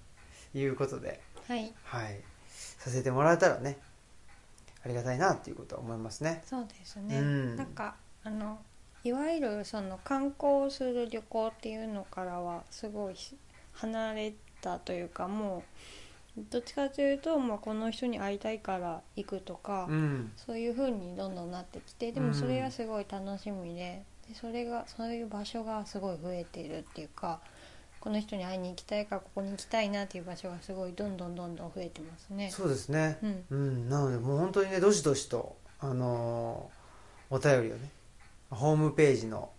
Speaker 1: いうことで、
Speaker 2: はい
Speaker 1: はい、させてもらえたらねありがたいなということは思いますね。
Speaker 2: そうですね、
Speaker 1: うん
Speaker 2: なんかあのいわゆるその観光をする旅行っていうのからはすごいし離れたというかもうどっちかというと、まあ、この人に会いたいから行くとか、
Speaker 1: うん
Speaker 2: そういう風にどんどんなってきてで
Speaker 1: う
Speaker 2: も
Speaker 1: ん
Speaker 2: それがすごい楽しみででそれがそういう場所がすごい増えているっていうかこの人に会いに行きたいからここに行きたいなっていう場所がすごいどんどんどんどん増えてますね。
Speaker 1: そうですね、
Speaker 2: うん、
Speaker 1: うん、なのでもう本当にねどしどしと、あのーお便りをねホームページの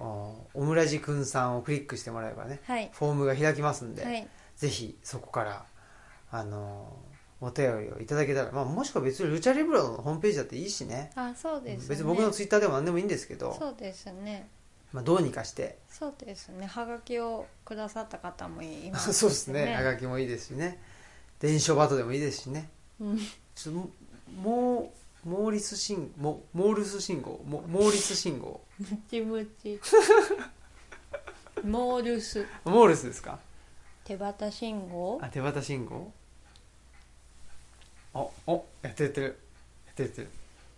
Speaker 1: あーオムラジくんさんをクリックしてもらえばね
Speaker 2: はい、
Speaker 1: フォームが開きますんで、
Speaker 2: はい、
Speaker 1: ぜひそこから、あのーお便りをいただけたら、まあ、もしくは別にルチャリブロのホームページだっていいしね
Speaker 2: あそうですね
Speaker 1: 別に僕のツイッターでも何でもいいんですけど、
Speaker 2: そうですね
Speaker 1: まあ、どうにか して
Speaker 2: そうですね。はがきをくださった方もいま す、
Speaker 1: そうですねはがきもいいですしね伝書バトでもいいですしね
Speaker 2: うん
Speaker 1: ちょっともうモーリス信もモールス信号もモーリス信号
Speaker 2: ムチムチ。 モールス
Speaker 1: モールスですか
Speaker 2: 手旗信号。
Speaker 1: あ手旗信号おおやってるやってるやってるやってる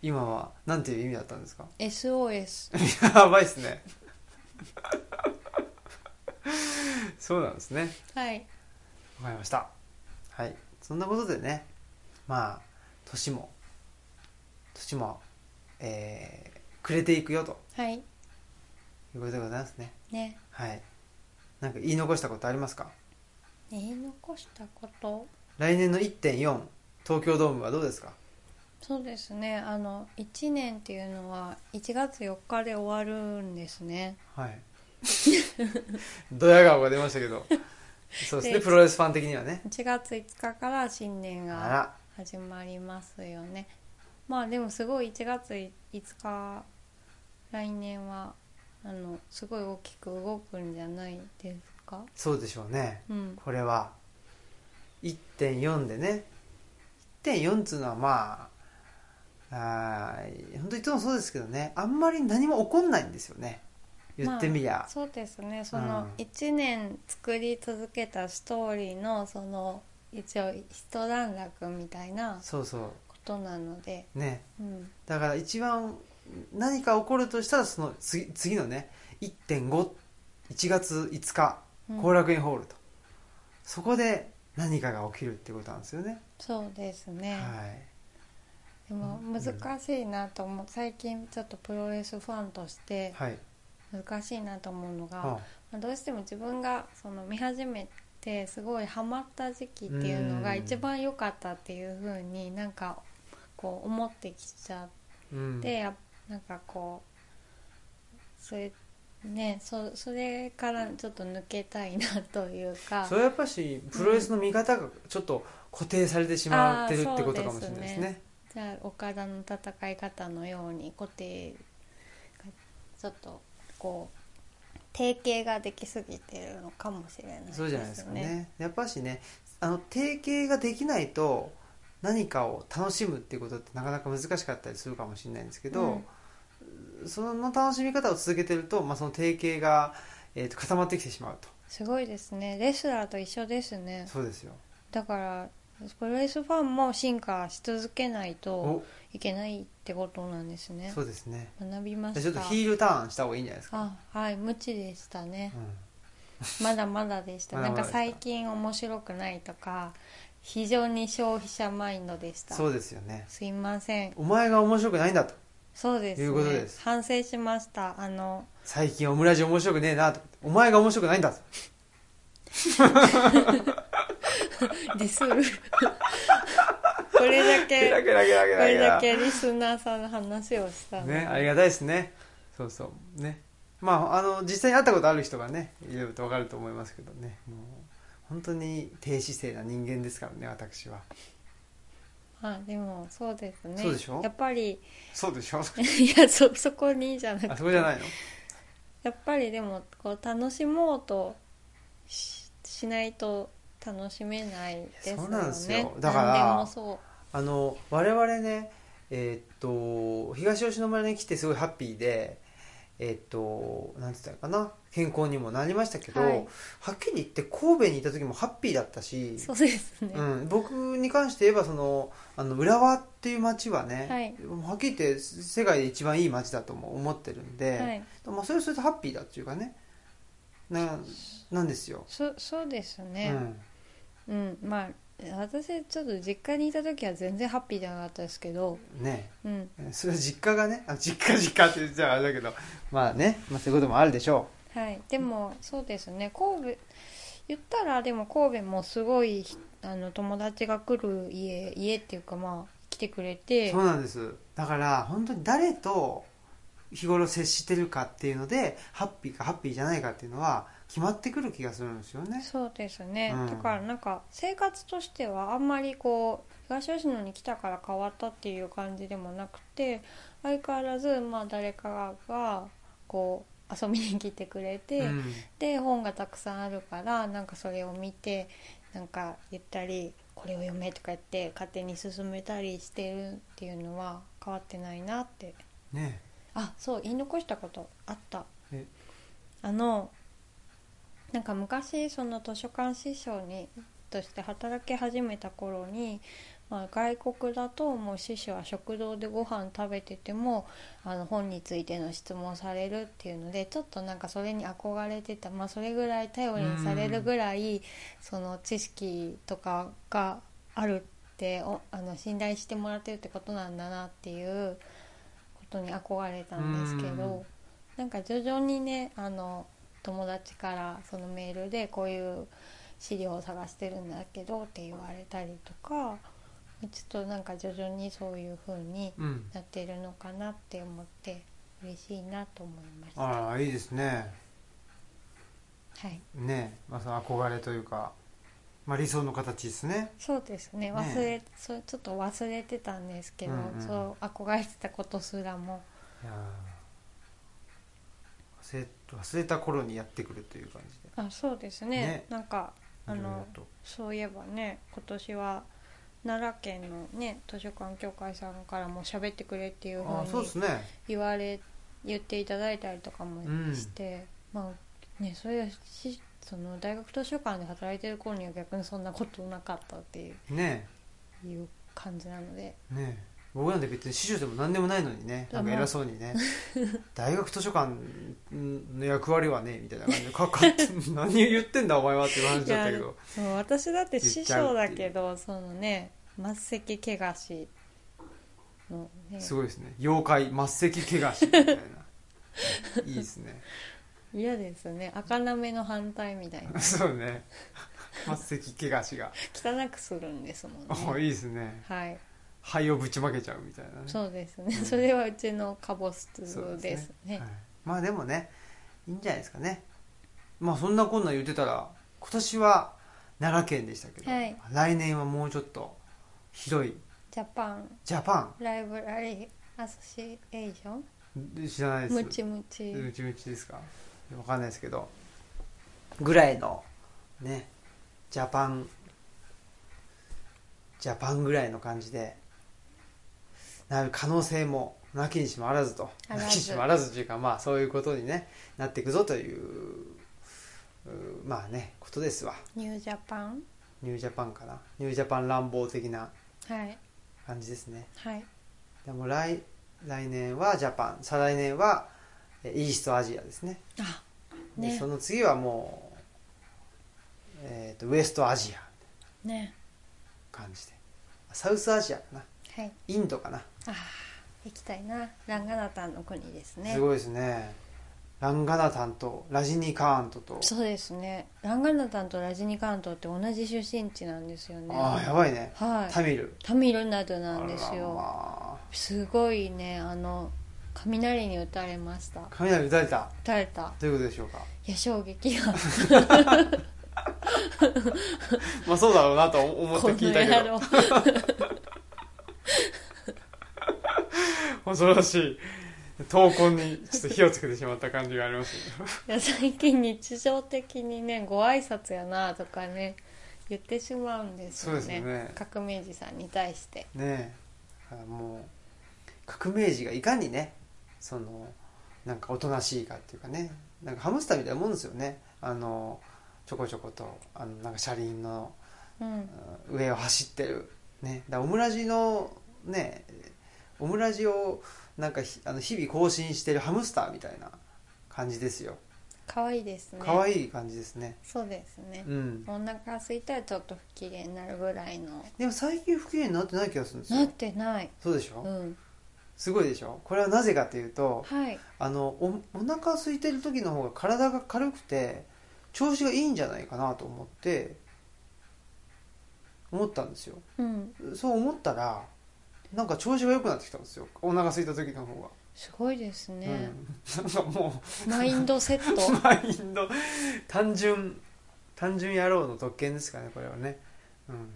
Speaker 1: 今はなんていう意味だったんですか
Speaker 2: SOS。
Speaker 1: やばいっすね そうなんですね
Speaker 2: はい。
Speaker 1: わかりましたはいそんなことでねまあ年も年もえー、暮れていくよと
Speaker 2: はい。
Speaker 1: いうことでございますね
Speaker 2: ね。
Speaker 1: はい。なんか言い残したことありますか
Speaker 2: 言い残したこと。
Speaker 1: 来年の1.4東京ドームはどうですか
Speaker 2: そうですね。あの一年っていうのは1月4日で終わるんですね。
Speaker 1: はい。ドヤ顔が出ましたけど。そうですね、
Speaker 2: で
Speaker 1: プロレスファン的にはね。
Speaker 2: 1月5日から新年
Speaker 1: あ
Speaker 2: が
Speaker 1: ら、
Speaker 2: 始まりますよね。まあでもすごい1月5日来年はあのすごい大きく動くんじゃないですか。
Speaker 1: そうでしょうね。
Speaker 2: うん。
Speaker 1: これは。1.4でね。1.4っつうのはまあ、あー本当いつもそうですけどねあんまり何も起こんないんですよね言ってみりゃ、
Speaker 2: そうですねそうの
Speaker 1: ん
Speaker 2: 1年作り続けたストーリーのその一応一段落みたいな
Speaker 1: そうそ
Speaker 2: ことなので、
Speaker 1: うね
Speaker 2: うん、
Speaker 1: だから一番何か起こるとしたらその次次のね1.51月5日
Speaker 2: うん
Speaker 1: 後楽園ホールと、そこで何かが起きるってことなんですよね、
Speaker 2: そうですね、
Speaker 1: はい
Speaker 2: でも難しいなと思う最近ちょっとプロレスファンとして
Speaker 1: はい
Speaker 2: 難しいなと思うのが、
Speaker 1: あ
Speaker 2: まあどうしても自分がその見始めてすごいハマった時期っていうのが
Speaker 1: うん
Speaker 2: 一番良かったっていう風になんかこう思ってきちゃっ
Speaker 1: うん
Speaker 2: て、やっなんかこうそれねそそれからちょっと抜けたいなというか
Speaker 1: それはやっぱしプロレスの見方がちょっと固定されてしまってるってことかもしれないですね
Speaker 2: あーそうですねじゃあ岡田の戦い方のように固定がちょっとこう定型ができすぎてるのかもしれない
Speaker 1: そうじゃないですかね
Speaker 2: よ
Speaker 1: やっぱしねあの定型ができないと何かを楽しむっていうことってなかなか難しかったりするかもしれないんですけど、その楽しみ方を続けてると、まあ、その定型が、えーと固まってきてしまうと
Speaker 2: すごいですねレスラーと一緒ですね
Speaker 1: そうですよ
Speaker 2: だからプロレスファンも進化し続けないと
Speaker 1: お
Speaker 2: いけないってことなんですね
Speaker 1: そうですね
Speaker 2: 学びま
Speaker 1: じゃ
Speaker 2: し
Speaker 1: あちょ
Speaker 2: た
Speaker 1: っとヒールターンした方がいいんじゃないですか、
Speaker 2: あはい無知でしたね
Speaker 1: うん
Speaker 2: まだまだでした
Speaker 1: まだ
Speaker 2: な
Speaker 1: まだ
Speaker 2: ん
Speaker 1: でした
Speaker 2: か最近面白くないとか非常に消費者マインドでした
Speaker 1: そうですよね
Speaker 2: すいません
Speaker 1: お前が面白くないんだと
Speaker 2: そうです,、ね、
Speaker 1: いうことです
Speaker 2: 反省しました あの
Speaker 1: 最近オムラジ面白くねえなとお前が面白くないんだと
Speaker 2: ディ スるこれだけ
Speaker 1: ケラケラケ
Speaker 2: これだけリスナーさんの話をしたの
Speaker 1: ね、ありがたいですねそうそうねまああの実際に会ったことある人がねいろいろと分かると思いますけどねもう本当に低姿勢な人間ですからね私は
Speaker 2: あでもそうですね
Speaker 1: そうでしょ
Speaker 2: やっぱり
Speaker 1: そうでしょ
Speaker 2: いやそそこにじゃなくて
Speaker 1: あそこじゃないの
Speaker 2: やっぱりでもこう楽しもうとししないと楽しめないですよね
Speaker 1: そうなんですよだから
Speaker 2: 何でもそう
Speaker 1: あの我々ねえーっと東吉野村に来てすごいハッピーでえーっとなんて言ったらいいかな健康にもなりましたけど、
Speaker 2: は
Speaker 1: はいっきり言って神戸にいた時もハッピーだったし
Speaker 2: そうですね、
Speaker 1: うん、僕に関して言えばそのあの浦和っていう街はね、はっきり言って世界で一番いい街だとも思ってるんで、
Speaker 2: はい
Speaker 1: まあ、それはそれでハッピーだっていうかねななんですよ、
Speaker 2: そそうです
Speaker 1: う
Speaker 2: ね
Speaker 1: ん、
Speaker 2: うん、まあ私ちょっと実家にいた時は全然ハッピーじゃなかったですけど
Speaker 1: ね
Speaker 2: うん
Speaker 1: それは実家がねあ実家実家って言っちゃあれだけどまあね、まあ、そういうこともあるでしょ
Speaker 2: はいでもそうですね神戸言ったらでも神戸もすごいあの友達が来る家家っていうかまあ来てくれ
Speaker 1: う
Speaker 2: て
Speaker 1: そうなんですだから本当に誰と日頃接してるかっていうのでハッピーかハッピーじゃないかっていうのは決まってくる気がするんですよね
Speaker 2: そうですね、
Speaker 1: うん
Speaker 2: だからなんか生活としてはあんまりこう東吉野に来たから変わったっていう感じでもなくて相変わらずまあ誰かがこう遊びに来てくれて、
Speaker 1: うん
Speaker 2: で本がたくさんあるからなんかそれを見てなんか言ったりこれを読めとか言って勝手に進めたりしてるっていうのは変わってないなって
Speaker 1: ね
Speaker 2: あそう言い残したことあった
Speaker 1: え
Speaker 2: あのなんか昔その図書館師匠にとして働き始めた頃に、まあ、外国だともう師匠は食堂でご飯食べててもあの本についての質問されるっていうのでちょっとなんかそれに憧れてた、まあ、それぐらい頼りにされるぐらいその知識とかがあるっておあの信頼してもらってるってことなんだなっていうことに憧れたんですけ
Speaker 1: うん
Speaker 2: どなんか徐々にねあの友達からそのメールでこういう資料を探してるんだけどって言われたりとかちょっとなんか徐々にそういう風に
Speaker 1: うん
Speaker 2: なってるのかなって思って嬉しいなと思いました。は
Speaker 1: ああいいですね
Speaker 2: い
Speaker 1: ねまあ、その憧れというか、まあ、理想の形ですね
Speaker 2: そうですね
Speaker 1: ね
Speaker 2: 忘れそうちょっと忘れてたんですけど、
Speaker 1: うんうん
Speaker 2: そう憧れてたことすらも
Speaker 1: いやー忘れ忘れた頃にやってくるという感じで
Speaker 2: あそうですね
Speaker 1: ね
Speaker 2: なんかあ
Speaker 1: いろいろ
Speaker 2: の
Speaker 1: と
Speaker 2: そういえばね今年は奈良県のね図書館協会さんからも喋ってくれっていうふ
Speaker 1: あーそううで
Speaker 2: に
Speaker 1: すね
Speaker 2: 言われ言っていただいたりとかもして、まあねそういうしその大学図書館で働いてる頃には逆にそんなことなかったっていう
Speaker 1: ね
Speaker 2: いう感じなので
Speaker 1: えねえ僕なんて別に師匠でも何でもないのにねなんか偉そうに ね大学図書館の役割はねみたいな感じでか か何言ってんだお前はっていう話だったけど
Speaker 2: そう私だって
Speaker 1: 言
Speaker 2: 師
Speaker 1: っちゃうっていう
Speaker 2: 匠だけどそのね末席けがしのね
Speaker 1: すごいですね妖怪末席怪我しみ たいないいですね
Speaker 2: 嫌ですね赤なめの反対みたい な
Speaker 1: そうね末席怪我しが
Speaker 2: 汚くするんですも
Speaker 1: お
Speaker 2: ん
Speaker 1: ー
Speaker 2: ね
Speaker 1: いいですね
Speaker 2: はい
Speaker 1: 肺をぶちまけちゃうみたいなね
Speaker 2: そうですね、
Speaker 1: うん
Speaker 2: それはうちのカボス
Speaker 1: そう
Speaker 2: で
Speaker 1: です
Speaker 2: すね
Speaker 1: はいまあでもねいいんじゃないですかねまあそんなこんな言ってたら今年は奈良県でしたけど、
Speaker 2: はい
Speaker 1: 来年はもうちょっと広い
Speaker 2: ジャパン
Speaker 1: ジャパ
Speaker 2: ライブラリーアソシエーション
Speaker 1: ン知らないです
Speaker 2: ムチムチ
Speaker 1: ムチムチですかわかんないですけどぐらいのねジャパンジャパンぐらいの感じでなる可能性もなきにしもあらずと
Speaker 2: あらず
Speaker 1: なきにしもあらずというかまあそういうことに、ね、なっていくぞといううーまあねことですわ
Speaker 2: ニュージャパン
Speaker 1: ニュージャパンかなニュージャパン乱暴的な
Speaker 2: はい
Speaker 1: 感じですね
Speaker 2: はい
Speaker 1: でも来来年はジャパン再来年はえイーストアジアですね
Speaker 2: あ
Speaker 1: で
Speaker 2: ね
Speaker 1: その次はもう、えー、とウエストアジア
Speaker 2: ね
Speaker 1: 感じでサウスアジアかな
Speaker 2: はい
Speaker 1: インドかな、
Speaker 2: あー行きたいなランガナタンの国ですね
Speaker 1: すごいですねランガナタンとラジニカーントと、
Speaker 2: そうですねランガナタンとラジニカントって同じ出身地なんですよね
Speaker 1: ああやばいね
Speaker 2: はい
Speaker 1: タミル
Speaker 2: タミルナドなんです
Speaker 1: あら
Speaker 2: よ
Speaker 1: ます
Speaker 2: ごいねあの雷に打たれました
Speaker 1: あ雷打たれた
Speaker 2: 打たれた
Speaker 1: ということでしょうか
Speaker 2: いや衝撃 が
Speaker 1: まあそうだろうなと思って
Speaker 2: この
Speaker 1: 聞いたけ
Speaker 2: 野
Speaker 1: ど
Speaker 2: 郎
Speaker 1: 恐ろしい闘魂にちょっと火をつけてしまった感じがありますね
Speaker 2: いや最近日常的にねご挨拶やなとかね言ってしまうんですよ
Speaker 1: そうで
Speaker 2: ね
Speaker 1: すね
Speaker 2: 革命児さんに対して
Speaker 1: ねえだからもう革命児がいかにねそのなんかおとなしいかっていうかねなんかハムスターみたいなもんですよねあのちょこちょことあのなんか車輪の
Speaker 2: うん
Speaker 1: うん上を走ってる、ね、だからオムラジのねオムラジをなんかひあの日々更新してるハムスターみたいな感じですよ
Speaker 2: 可愛いですね
Speaker 1: 可愛い感じですね
Speaker 2: そうですね
Speaker 1: うん
Speaker 2: お腹空いたらちょっと不機嫌になるぐらいの
Speaker 1: でも最近不機嫌になってない気がするんです
Speaker 2: な
Speaker 1: よ
Speaker 2: ってない
Speaker 1: そうでしょ、
Speaker 2: うん
Speaker 1: すごいでしょこれはなぜかというと、
Speaker 2: はい
Speaker 1: あのおお腹空いてる時の方が体が軽くて調子がいいんじゃないかなと思って思ったんですよ
Speaker 2: うん
Speaker 1: そう思ったらなんか調子が良くなってきたんですよお腹空いた時の方が、
Speaker 2: すごいですね、
Speaker 1: うん、なんかも
Speaker 2: マインドセット
Speaker 1: う マインド単純単純野郎の特権ですかねこれはねうん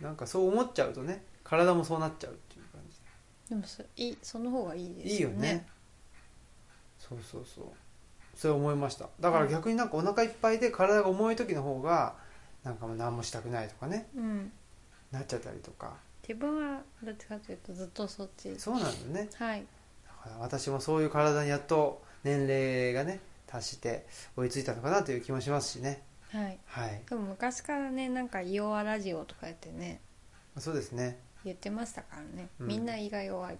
Speaker 1: なんかそう思っちゃうとね体もそうなっちゃうっていう感じ
Speaker 2: でもそいいその方がいいです
Speaker 1: いいよねそうそうそうそれ思いましただから逆になんかお腹いっぱいで体が重い時の方がなんかもう何もしたくないとかね
Speaker 2: うん
Speaker 1: なっちゃったりとか
Speaker 2: 自分はどっちかというとずっとそっち
Speaker 1: そうなんだよね
Speaker 2: はい
Speaker 1: だから私もそういう体にやっと年齢がね達して追いついたのかなという気もしますしね
Speaker 2: はい
Speaker 1: はい
Speaker 2: でも昔からねなんか「イオワラジオ」とかやってね
Speaker 1: そうですね
Speaker 2: 言ってましたからね、
Speaker 1: うん
Speaker 2: みんな胃が弱い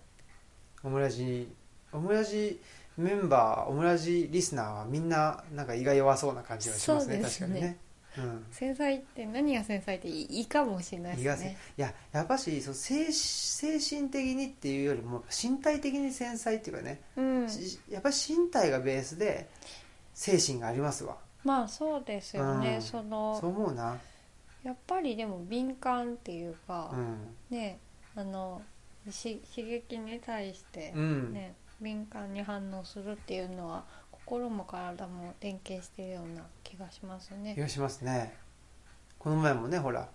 Speaker 1: オムラジオムラジメンバーオムラジリスナーはみんななんか胃が弱そうな感じがしますね
Speaker 2: そうです
Speaker 1: 確かにね
Speaker 2: ね、
Speaker 1: うん、
Speaker 2: 繊細って何が繊細って胃かもしれない
Speaker 1: い
Speaker 2: で
Speaker 1: や
Speaker 2: すね
Speaker 1: いややっぱしそう精精神的にっていうよりも身体的に繊細っていうかね、
Speaker 2: うん
Speaker 1: しやっぱり身体がベースで精神がありますわ
Speaker 2: まあそうですよね、
Speaker 1: うん
Speaker 2: そ
Speaker 1: そう
Speaker 2: の
Speaker 1: 思うな
Speaker 2: やっぱりでも敏感っていうか
Speaker 1: う、ん、
Speaker 2: ねあのし刺激に対して
Speaker 1: うん
Speaker 2: ね、敏感に反応するっていうのは心も体も連携してるような気がします
Speaker 1: 気
Speaker 2: ね
Speaker 1: がしますねこの前もねほら、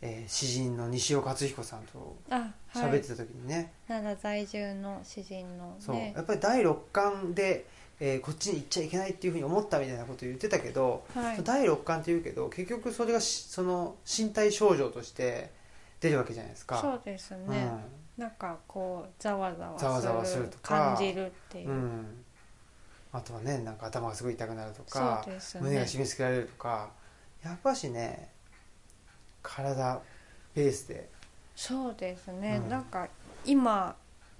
Speaker 1: えー詩人の西尾克彦さんと
Speaker 2: あは
Speaker 1: 喋っ
Speaker 2: い
Speaker 1: てた時にね、
Speaker 2: 奈良在住の詩人の
Speaker 1: そう
Speaker 2: ね
Speaker 1: やっぱり第六感で、えーこっちに行っちゃいけないっていうふうに思ったみたいなこと言ってたけど、
Speaker 2: はい
Speaker 1: 第六感って言うけど結局それがしその身体症状として出るわけじゃないですか。
Speaker 2: そうですね、なんかこうざわざわ
Speaker 1: ざわざわするとか
Speaker 2: 感じるっていう、
Speaker 1: うんうんあとはねなんか頭がすごい痛くなると
Speaker 2: そう
Speaker 1: か、
Speaker 2: ですね
Speaker 1: 胸が締め付けられるとかやっぱしね体ベースで
Speaker 2: そうですね、
Speaker 1: うん
Speaker 2: なんか今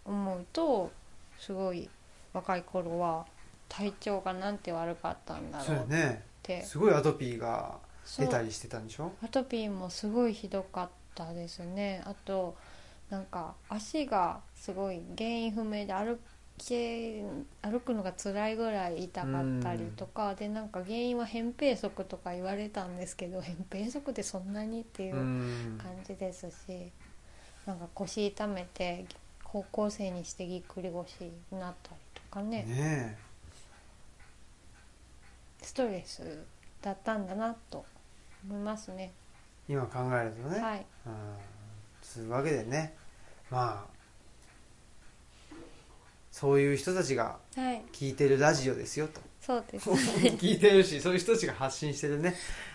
Speaker 2: 思うとすごい若い頃は体調がなんて悪かったんだ
Speaker 1: そう
Speaker 2: ろう
Speaker 1: や
Speaker 2: っ
Speaker 1: ね
Speaker 2: て
Speaker 1: すごいアトピーが
Speaker 2: そ
Speaker 1: 出
Speaker 2: う
Speaker 1: たりしてたんでしょ
Speaker 2: アトピーもすごいひどかったですねあとなんか足がすごい原因不明で歩け歩くのが辛いぐらい痛かったりとか、でなんか原因は扁平足とか言われたんですけど扁平足でそんなにっていううん感じですし、なんか腰痛めて高校生にしてぎっくり腰になったりとかね
Speaker 1: ね
Speaker 2: ストレスだったんだなと思いますね。
Speaker 1: え今考えるとね、
Speaker 2: はい、
Speaker 1: うんつうわけでねまあそういう人たちが
Speaker 2: はい、
Speaker 1: 聞いてるラジオですよと
Speaker 2: そうで す
Speaker 1: 聞いてるしそういう人たちが発信してるね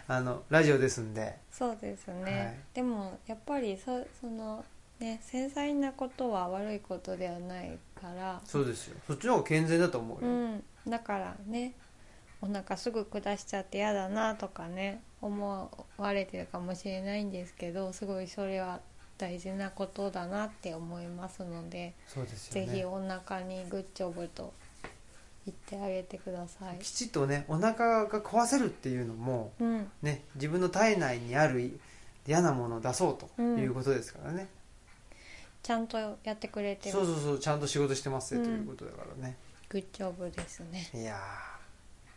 Speaker 1: あのラジオですんで
Speaker 2: そうですね、
Speaker 1: はい
Speaker 2: でもやっぱりそそのね繊細なことは悪いことではないから
Speaker 1: そうですよそっちの方が健全だと思う
Speaker 2: う
Speaker 1: よ、
Speaker 2: んだからねお腹すぐ下しちゃって嫌だなとかね思われてるかもしれないんですけどすごいそれは大事なことだなって思いますので、
Speaker 1: そうですよ
Speaker 2: ぜ
Speaker 1: ね
Speaker 2: ひお腹にグッジョブと言ってあげてください
Speaker 1: きちっとねお腹が壊せるっていうのも
Speaker 2: うん
Speaker 1: ね自分の体内にある嫌なものを出そうということですからね、
Speaker 2: ちゃんとやってくれてる
Speaker 1: そうそうそうちゃんと仕事してますねということだからね、
Speaker 2: グッジョブですね
Speaker 1: いや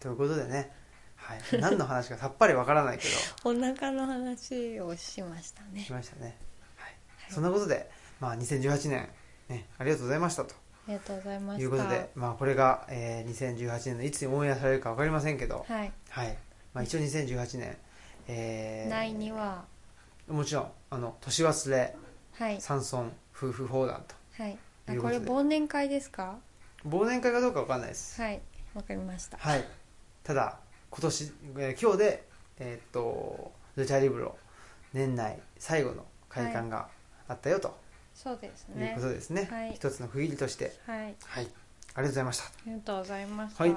Speaker 1: ーということでね、はい、何の話かさっぱりわからないけど
Speaker 2: お腹の話をしました ね
Speaker 1: しましたね、はい、そんなことで、まあ、2018年、ね、ありがとうございましたと
Speaker 2: ありがとうございました
Speaker 1: いうことで、まあ、これが、えー2018年のいつにオンエアされるかわかりませんけど、
Speaker 2: はい、
Speaker 1: はいまあ、一応2018年、えー
Speaker 2: 第2話
Speaker 1: もちろんあの年忘れ
Speaker 2: はい
Speaker 1: 山村夫婦砲弾と
Speaker 2: はいあ
Speaker 1: いうこ
Speaker 2: ことれ
Speaker 1: で
Speaker 2: 忘年会ですか
Speaker 1: 忘年会かどうかわかんないです
Speaker 2: はいわかりました
Speaker 1: はいただ今年、えー今日でえーっとルチャリブロ年内最後の会館があったよと
Speaker 2: そうです
Speaker 1: いう
Speaker 2: ね
Speaker 1: ことですね
Speaker 2: はい
Speaker 1: 一つの区切りとして
Speaker 2: はい
Speaker 1: はいありがとうございました
Speaker 2: ありがとうございました
Speaker 1: はい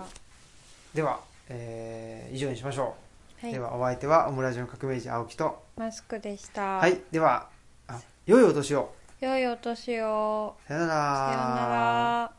Speaker 1: では、えー以上にしましょう、
Speaker 2: はい
Speaker 1: ではお相手はオムラジオの革命児青木と
Speaker 2: マスクでした
Speaker 1: はいではあ良いお年を
Speaker 2: 良いお年を
Speaker 1: さよな
Speaker 2: さようなら